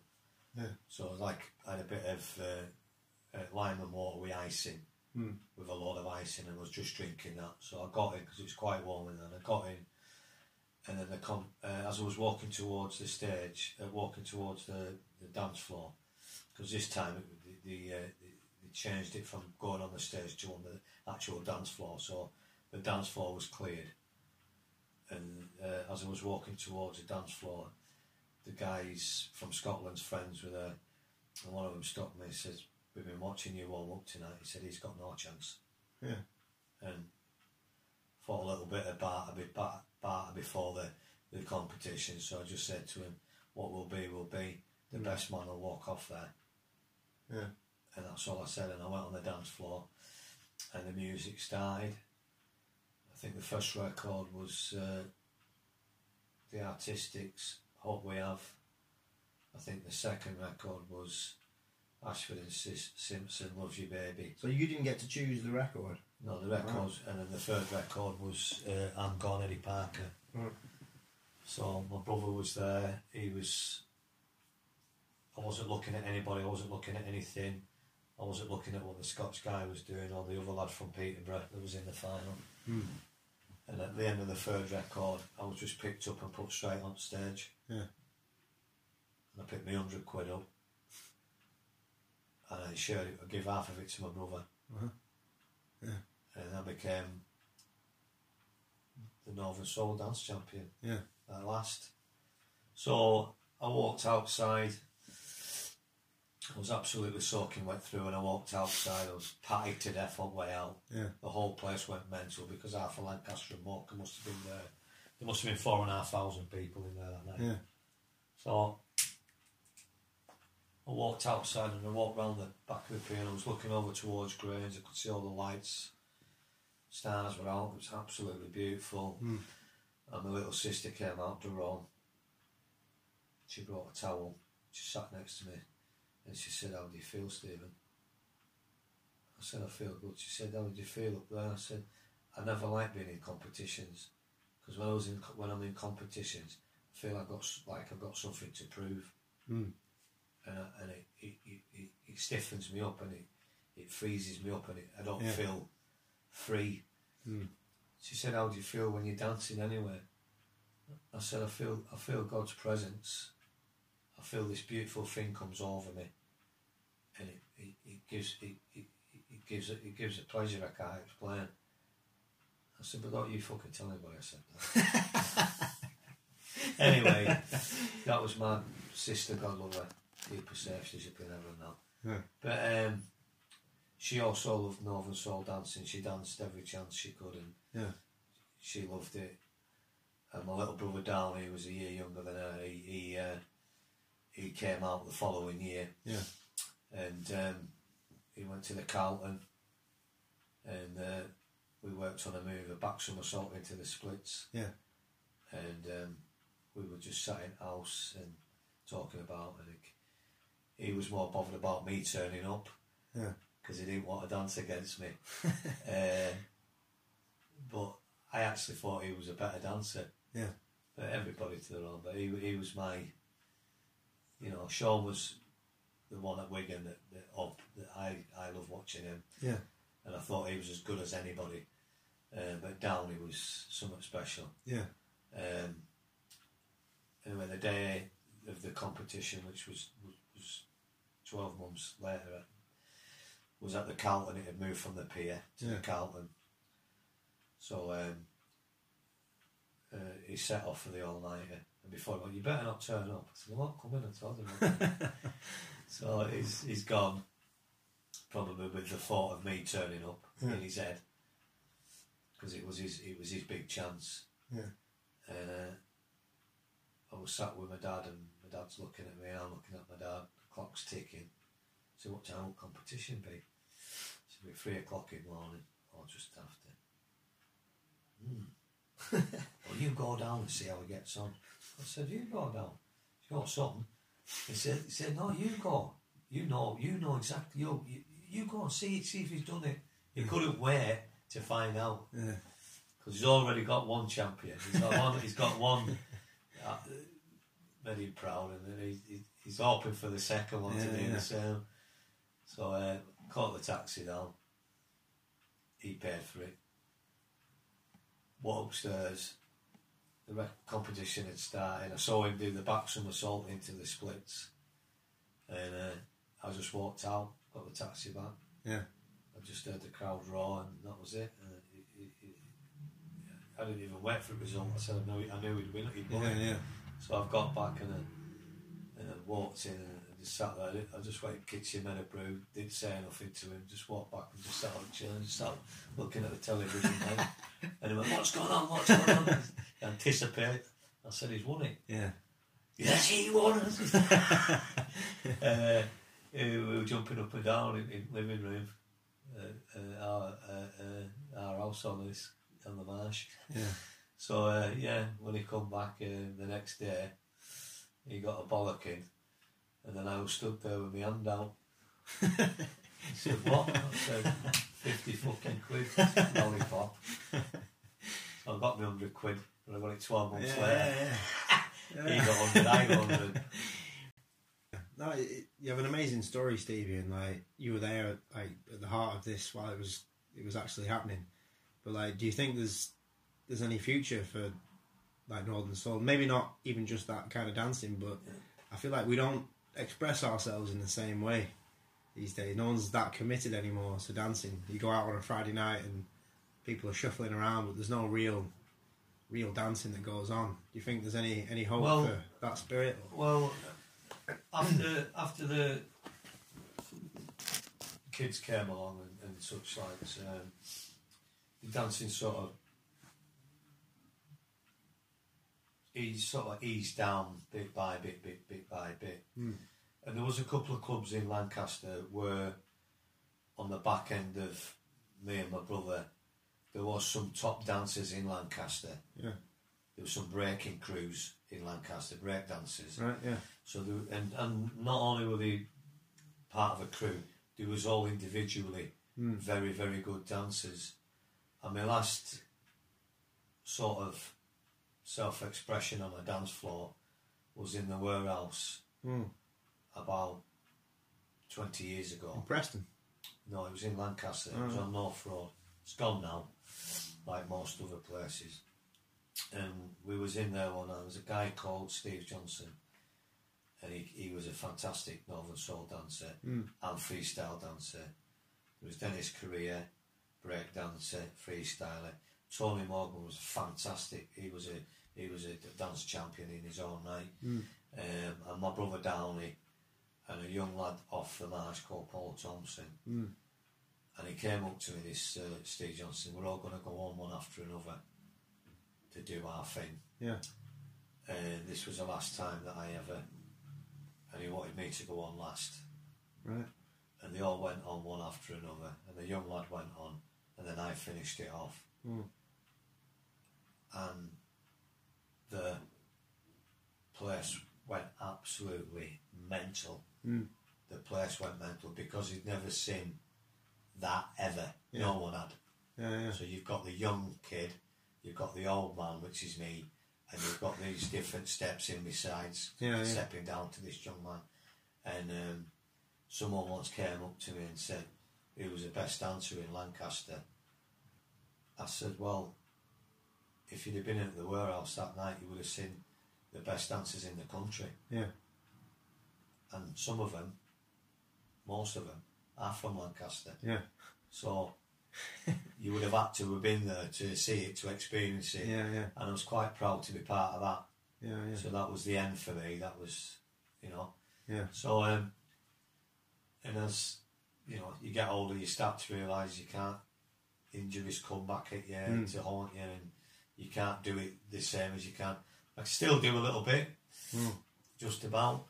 Speaker 6: Yeah.
Speaker 5: So I was like, I had a bit of uh, uh, lime and water with icing,
Speaker 6: Mm.
Speaker 5: with a lot of icing, and I was just drinking that. So I got in because it was quite warm, and then I got in. And then the com- uh, as I was walking towards the stage, uh, walking towards the, the dance floor, because this time it, the, the, uh, the they changed it from going on the stage to on the actual dance floor. So the dance floor was cleared, and uh, as I was walking towards the dance floor, the guys from Scotland's friends were there, and one of them stopped me and says, "We've been watching you warm up tonight." He said, "He's got no chance."
Speaker 6: Yeah.
Speaker 5: and thought a little bit about a bit about about before the the competition. So I just said to him, "What will be will be. The best man will walk off there."
Speaker 6: Yeah.
Speaker 5: and that's all I said. And I went on the dance floor, and the music started. I think the first record was uh, the Artistics. Hope we have. I think the second record was Ashford and Sis- Simpson. Love you, baby.
Speaker 6: So you didn't get to choose the record.
Speaker 5: No, the records, and then the third record was uh, I'm Gone, Eddie Parker.
Speaker 6: Right.
Speaker 5: So my brother was there. He was. I wasn't looking at anybody. I wasn't looking at anything. I wasn't looking at what the Scots guy was doing or the other lad from Peterborough that was in the final.
Speaker 6: Hmm.
Speaker 5: And at the end of the third record, I was just picked up and put straight on stage.
Speaker 6: Yeah.
Speaker 5: And I picked me hundred quid up. And I shared it. I gave half of it to my brother.
Speaker 6: Uh-huh. Yeah.
Speaker 5: And I became the Northern Soul Dance Champion
Speaker 6: Yeah.
Speaker 5: at last. So I walked outside. I was absolutely soaking wet through, and I walked outside. I was patted to death on the way out.
Speaker 6: Yeah.
Speaker 5: The whole place went mental because half of Lancaster and Morecambe must have been there. There must have been four and a half thousand people in there that night.
Speaker 6: Yeah.
Speaker 5: So I walked outside and I walked round the back of the pier and I was looking over towards Grange. I could see all the lights, stars were out. It was absolutely beautiful.
Speaker 6: Hmm.
Speaker 5: And my little sister came out the room. She brought a towel. She sat next to me and she said, How do you feel, Stephen? I said, I feel good. She said, How do you feel up there? I said, I never like being in competitions because when, I was in, co- when I'm in competitions, I feel I've got, s- like I've got something to prove and, I- and it, it, it, it, it stiffens me up and it, it freezes me up and it, I don't
Speaker 6: Yeah.
Speaker 5: feel free.
Speaker 6: Mm.
Speaker 5: She said, "How do you feel when you're dancing anyway?" I said, "I feel I feel God's presence. I feel this beautiful thing comes over me, and it, it, it gives it, it, it- it gives it gives a pleasure I can't explain." I said, "But don't you fucking tell anybody I said that." anyway, that was my sister. God love her deeper safe she's up in heaven now.
Speaker 6: Yeah.
Speaker 5: But um, she also loved Northern Soul dancing. She danced every chance she could and
Speaker 6: Yeah.
Speaker 5: she loved it. And my little brother Darley, who was a year younger than her, he he, uh, he came out the following year
Speaker 6: Yeah.
Speaker 5: and um, he went to the Carlton and uh, we worked on a move, a back somersault into the splits.
Speaker 6: Yeah.
Speaker 5: And um, we were just sat in house and talking about, and he, he was more bothered about me turning up
Speaker 6: Yeah.
Speaker 5: because he didn't want to dance against me. uh, but I actually thought he was a better dancer.
Speaker 6: Yeah.
Speaker 5: But everybody to their own. But he, he was my, you know, Sean was the one at Wigan that, that, of, that I, I love watching him
Speaker 6: Yeah.
Speaker 5: and I thought he was as good as anybody. Uh, but Downey was somewhat special.
Speaker 6: Yeah.
Speaker 5: Um, anyway, the day of the competition, which was was- was twelve months later, was at the Carlton. It had moved from the pier to the
Speaker 6: Yeah.
Speaker 5: Carlton. So um, uh, he set off for the all nighter, and before he went, "You better not turn up." I said, "I'm not coming." I told him. I'm not coming." so he's he's gone, probably with the thought of me turning up
Speaker 6: Yeah.
Speaker 5: in his head, because it was his it was his big chance and uh, I was sat with my dad, and my dad's looking at me, and I'm looking at my dad. The clock's ticking. So what time will competition be? So it'll be three o'clock in the morning, or just after. Hmm. well, you go down and see how it gets on. I said, you go down. You got something? He said, he said, no, you go. You know, you know exactly. You you, you go and see see if he's done it. He couldn't wait to find out
Speaker 6: Yeah.
Speaker 5: because he's already got one champion. He's got one. he's got one. Uh, made him proud, and then he's he's- he's hoping for the second one to
Speaker 6: Yeah,
Speaker 5: do
Speaker 6: yeah.
Speaker 5: the same. So uh, caught the taxi down. He paid for it. Walked upstairs. The rec- competition had started. I saw him do the back somersault into the splits, and uh, I just walked out. Got the taxi back.
Speaker 6: Yeah.
Speaker 5: I just heard the crowd roar, and that was it. And it, it, it I didn't even wait for the result. I said I knew, I knew he'd win it. He'd won
Speaker 6: Yeah.
Speaker 5: it.
Speaker 6: Yeah.
Speaker 5: So I've got back and I, and I walked in and I just sat there. I didn't- I just went in the kitchen, made a brew, didn't say nothing to him, just walked back and just sat on the chair and sat looking at the television. man. and he went, What's going on? What's going on? Anticipate. I said, He's won it.
Speaker 6: Yeah.
Speaker 5: Yes, he won it. uh, we were jumping up and down in, in living room, uh, uh, our, uh, uh, our house on, this, on the marsh.
Speaker 6: Yeah.
Speaker 5: So uh, yeah, when he come back uh, the next day, he got a bollocking, and then I was stood there with my hand out. I said what? I said fifty fucking quid lollipop. So I got me hundred quid, and I got it twelve months later.
Speaker 6: yeah.
Speaker 5: He got hundred, I got hundred.
Speaker 6: No, it, it- you have an amazing story, Stevie, and like you were there, like at the heart of this while it was it was actually happening. But like, do you think there's there's any future for like Northern Soul? Maybe not even just that kind of dancing, but I feel like we don't express ourselves in the same way these days. No one's that committed anymore to dancing. You go out on a Friday night and people are shuffling around, but there's no real real dancing that goes on. Do you think there's any any hope
Speaker 5: Well-
Speaker 6: for that spirit?
Speaker 5: Well, after after the kids came along and, and such like, um, the dancing sort of eased sort of eased down bit by bit, bit bit by bit, And there was a couple of clubs in Lancaster where, on the back end of me and my brother, there was some top dancers in Lancaster.
Speaker 6: Yeah.
Speaker 5: There was some breaking crews in Lancaster, break dancers.
Speaker 6: Right, yeah.
Speaker 5: So they, were- and and not only were they part of a crew, they was all individually very very good dancers. And my last sort of self expression on a dance floor was in the warehouse
Speaker 6: Mm.
Speaker 5: about twenty years ago.
Speaker 6: Preston.
Speaker 5: No, it was in Lancaster. It was on North Road. It's gone now, like most other places. And we was in there one night. There was a guy called Steve Johnson, and he, he was a fantastic Northern Soul dancer and freestyle dancer. There was Dennis Correa, break dancer, freestyler. Tony Morgan was fantastic. He was a he was a dance champion in his own right. Um, and my brother Downey, and a young lad off the marsh called Paul Thompson. And he came up to me, this uh, Steve Johnson, we're all going to go on one after another to do our thing.
Speaker 6: Yeah.
Speaker 5: And this was the last time that I ever, and he wanted me to go on last.
Speaker 6: Right.
Speaker 5: And they all went on one after another, and the young lad went on, and then I finished it off.
Speaker 6: Mm.
Speaker 5: And the place went absolutely mental.
Speaker 6: Mm.
Speaker 5: The place went mental because he'd never seen that ever. No one had.
Speaker 6: Yeah, yeah.
Speaker 5: So you've got the young kid, you've got the old man, which is me, and you've got these different steps in besides
Speaker 6: Yeah, yeah.
Speaker 5: stepping down to this young man. And um, someone once came up to me and said, "Who was the best dancer in Lancaster?" I said, "Well, if you'd have been at the warehouse that night, you would have seen the best dancers in the country,
Speaker 6: Yeah.
Speaker 5: and some of them, most of them, are from Lancaster."
Speaker 6: Yeah.
Speaker 5: So you would have had to have been there to see it, to experience it.
Speaker 6: Yeah, yeah.
Speaker 5: And I was quite proud to be part of that.
Speaker 6: Yeah, yeah.
Speaker 5: So that was the end for me. That was, you know.
Speaker 6: Yeah.
Speaker 5: So, um, and as you know, you get older, you start to realise you can't. Injuries come back at you
Speaker 6: Hmm.
Speaker 5: to haunt you, and you can't do it the same as you can. I can still do a little bit,
Speaker 6: Hmm.
Speaker 5: just about,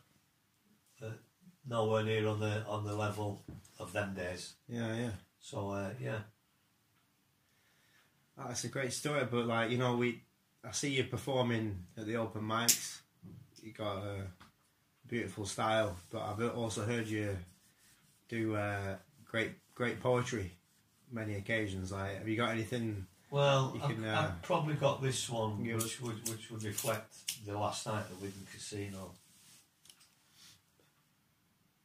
Speaker 5: but nowhere near on the on the level of them days.
Speaker 6: Yeah, yeah.
Speaker 5: So uh, yeah,
Speaker 6: Oh, That's a great story, but like you know, we I see you performing at the open mics. You got a beautiful style, but I've also heard you do uh, great great poetry many occasions. Like, have you got anything?
Speaker 5: Well,
Speaker 6: You
Speaker 5: I've,
Speaker 6: can, uh,
Speaker 5: I've probably got this one,
Speaker 6: give
Speaker 5: which would which would reflect the last night at Wigan Casino.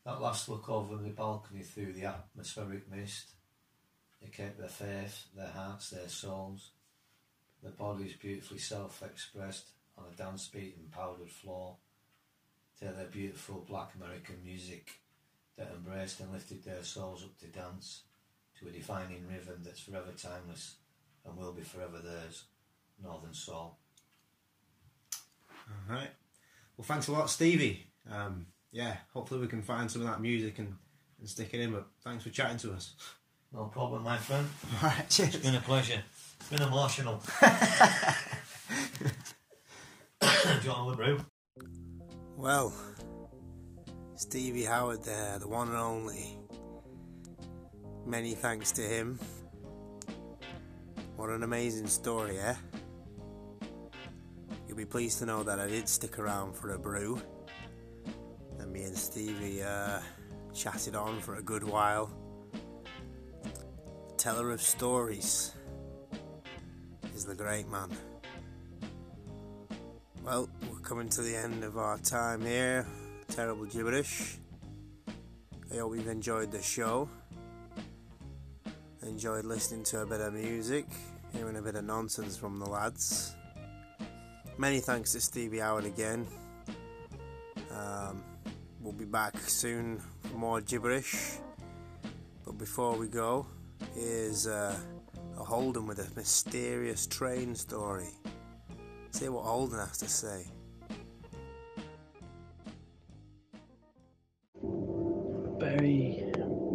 Speaker 5: That last look over the balcony through the atmospheric mist. They kept their faith, their hearts, their souls, their bodies beautifully self-expressed on a dance beat and powdered floor. To their beautiful black American music that embraced and lifted their souls up to dance to a defining rhythm that's forever timeless and will be forever theirs. Northern Soul.
Speaker 6: All right. Well, thanks a lot, Stevie. Um, yeah, hopefully we can find some of that music and, and stick it in. But thanks for chatting to us.
Speaker 5: No problem, my friend.
Speaker 6: All right, cheers.
Speaker 5: It's been a pleasure. It's been emotional. Do you want another brew?
Speaker 2: Well, Stevie Howard there, the one and only. Many thanks to him. What an amazing story, eh? You'll be pleased to know that I did stick around for a brew. And me and Stevie uh, chatted on for a good while. Teller of stories is the great man. Well, we're coming to the end of our time here. Terrible gibberish. I hope you've enjoyed the show. Enjoyed listening to a bit of music, hearing a bit of nonsense from the lads. Many thanks to Stevie Howard again. Um, we'll be back soon for more gibberish. But before we go, here's uh, a Holden with a mysterious train story. See what Holden has to say.
Speaker 7: very,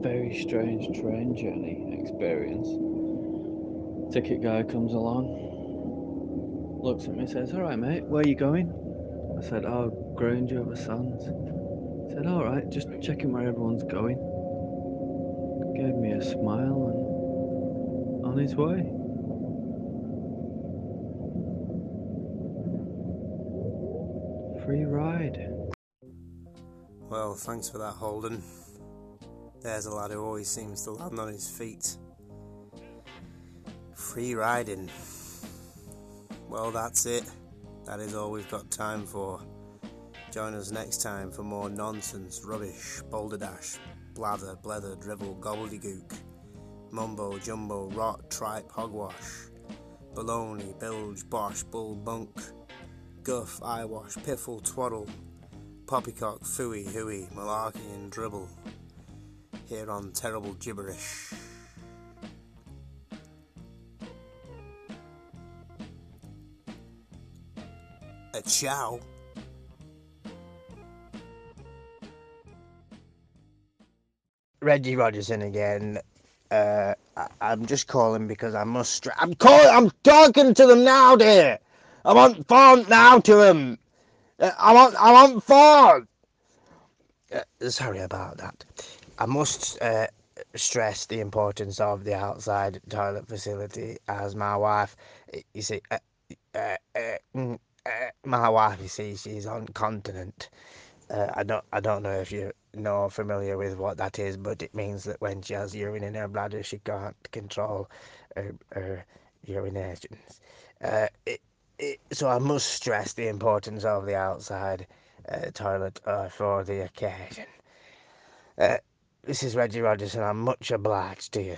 Speaker 7: very strange train journey experience. Ticket guy comes along, looks at me, says, "All right, mate, where you going?" I said, "Oh, Granger over Sands." said, all right, just checking where everyone's going. Gave me a smile and on his way. Free ride.
Speaker 2: Well, thanks for that, Holden. There's a lad who always seems to land on his feet. Free riding. Well, that's it. That is all we've got time for. Join us next time for more nonsense, rubbish, boulderdash, blather, blether, drivel, gobbledygook, mumbo, jumbo, rot, tripe, hogwash, baloney, bilge, bosh, bull, bunk, guff, eyewash, piffle, twaddle, poppycock, fooey, hooey, malarkey, and dribble. Here on Terrible Gibberish. A ciao.
Speaker 4: Reggie Rogerson again. Uh, I, I'm just calling because I must. Str- I'm calling. I'm talking to them now, dear. I'm on phone now to them. Uh, I'm on. I'm on phone. Uh, sorry about that. I must uh, stress the importance of the outside toilet facility, as my wife. You see, uh, uh, uh, mm, uh, my wife. You see, she's on continent. Uh, I don't I don't know if you know or familiar with what that is, but it means that when she has urine in her bladder, she can't control her, her urinations. Uh, it, it, so I must stress the importance of the outside uh, toilet uh, for the occasion. Uh, this is Reggie Rogerson. I'm much obliged to you.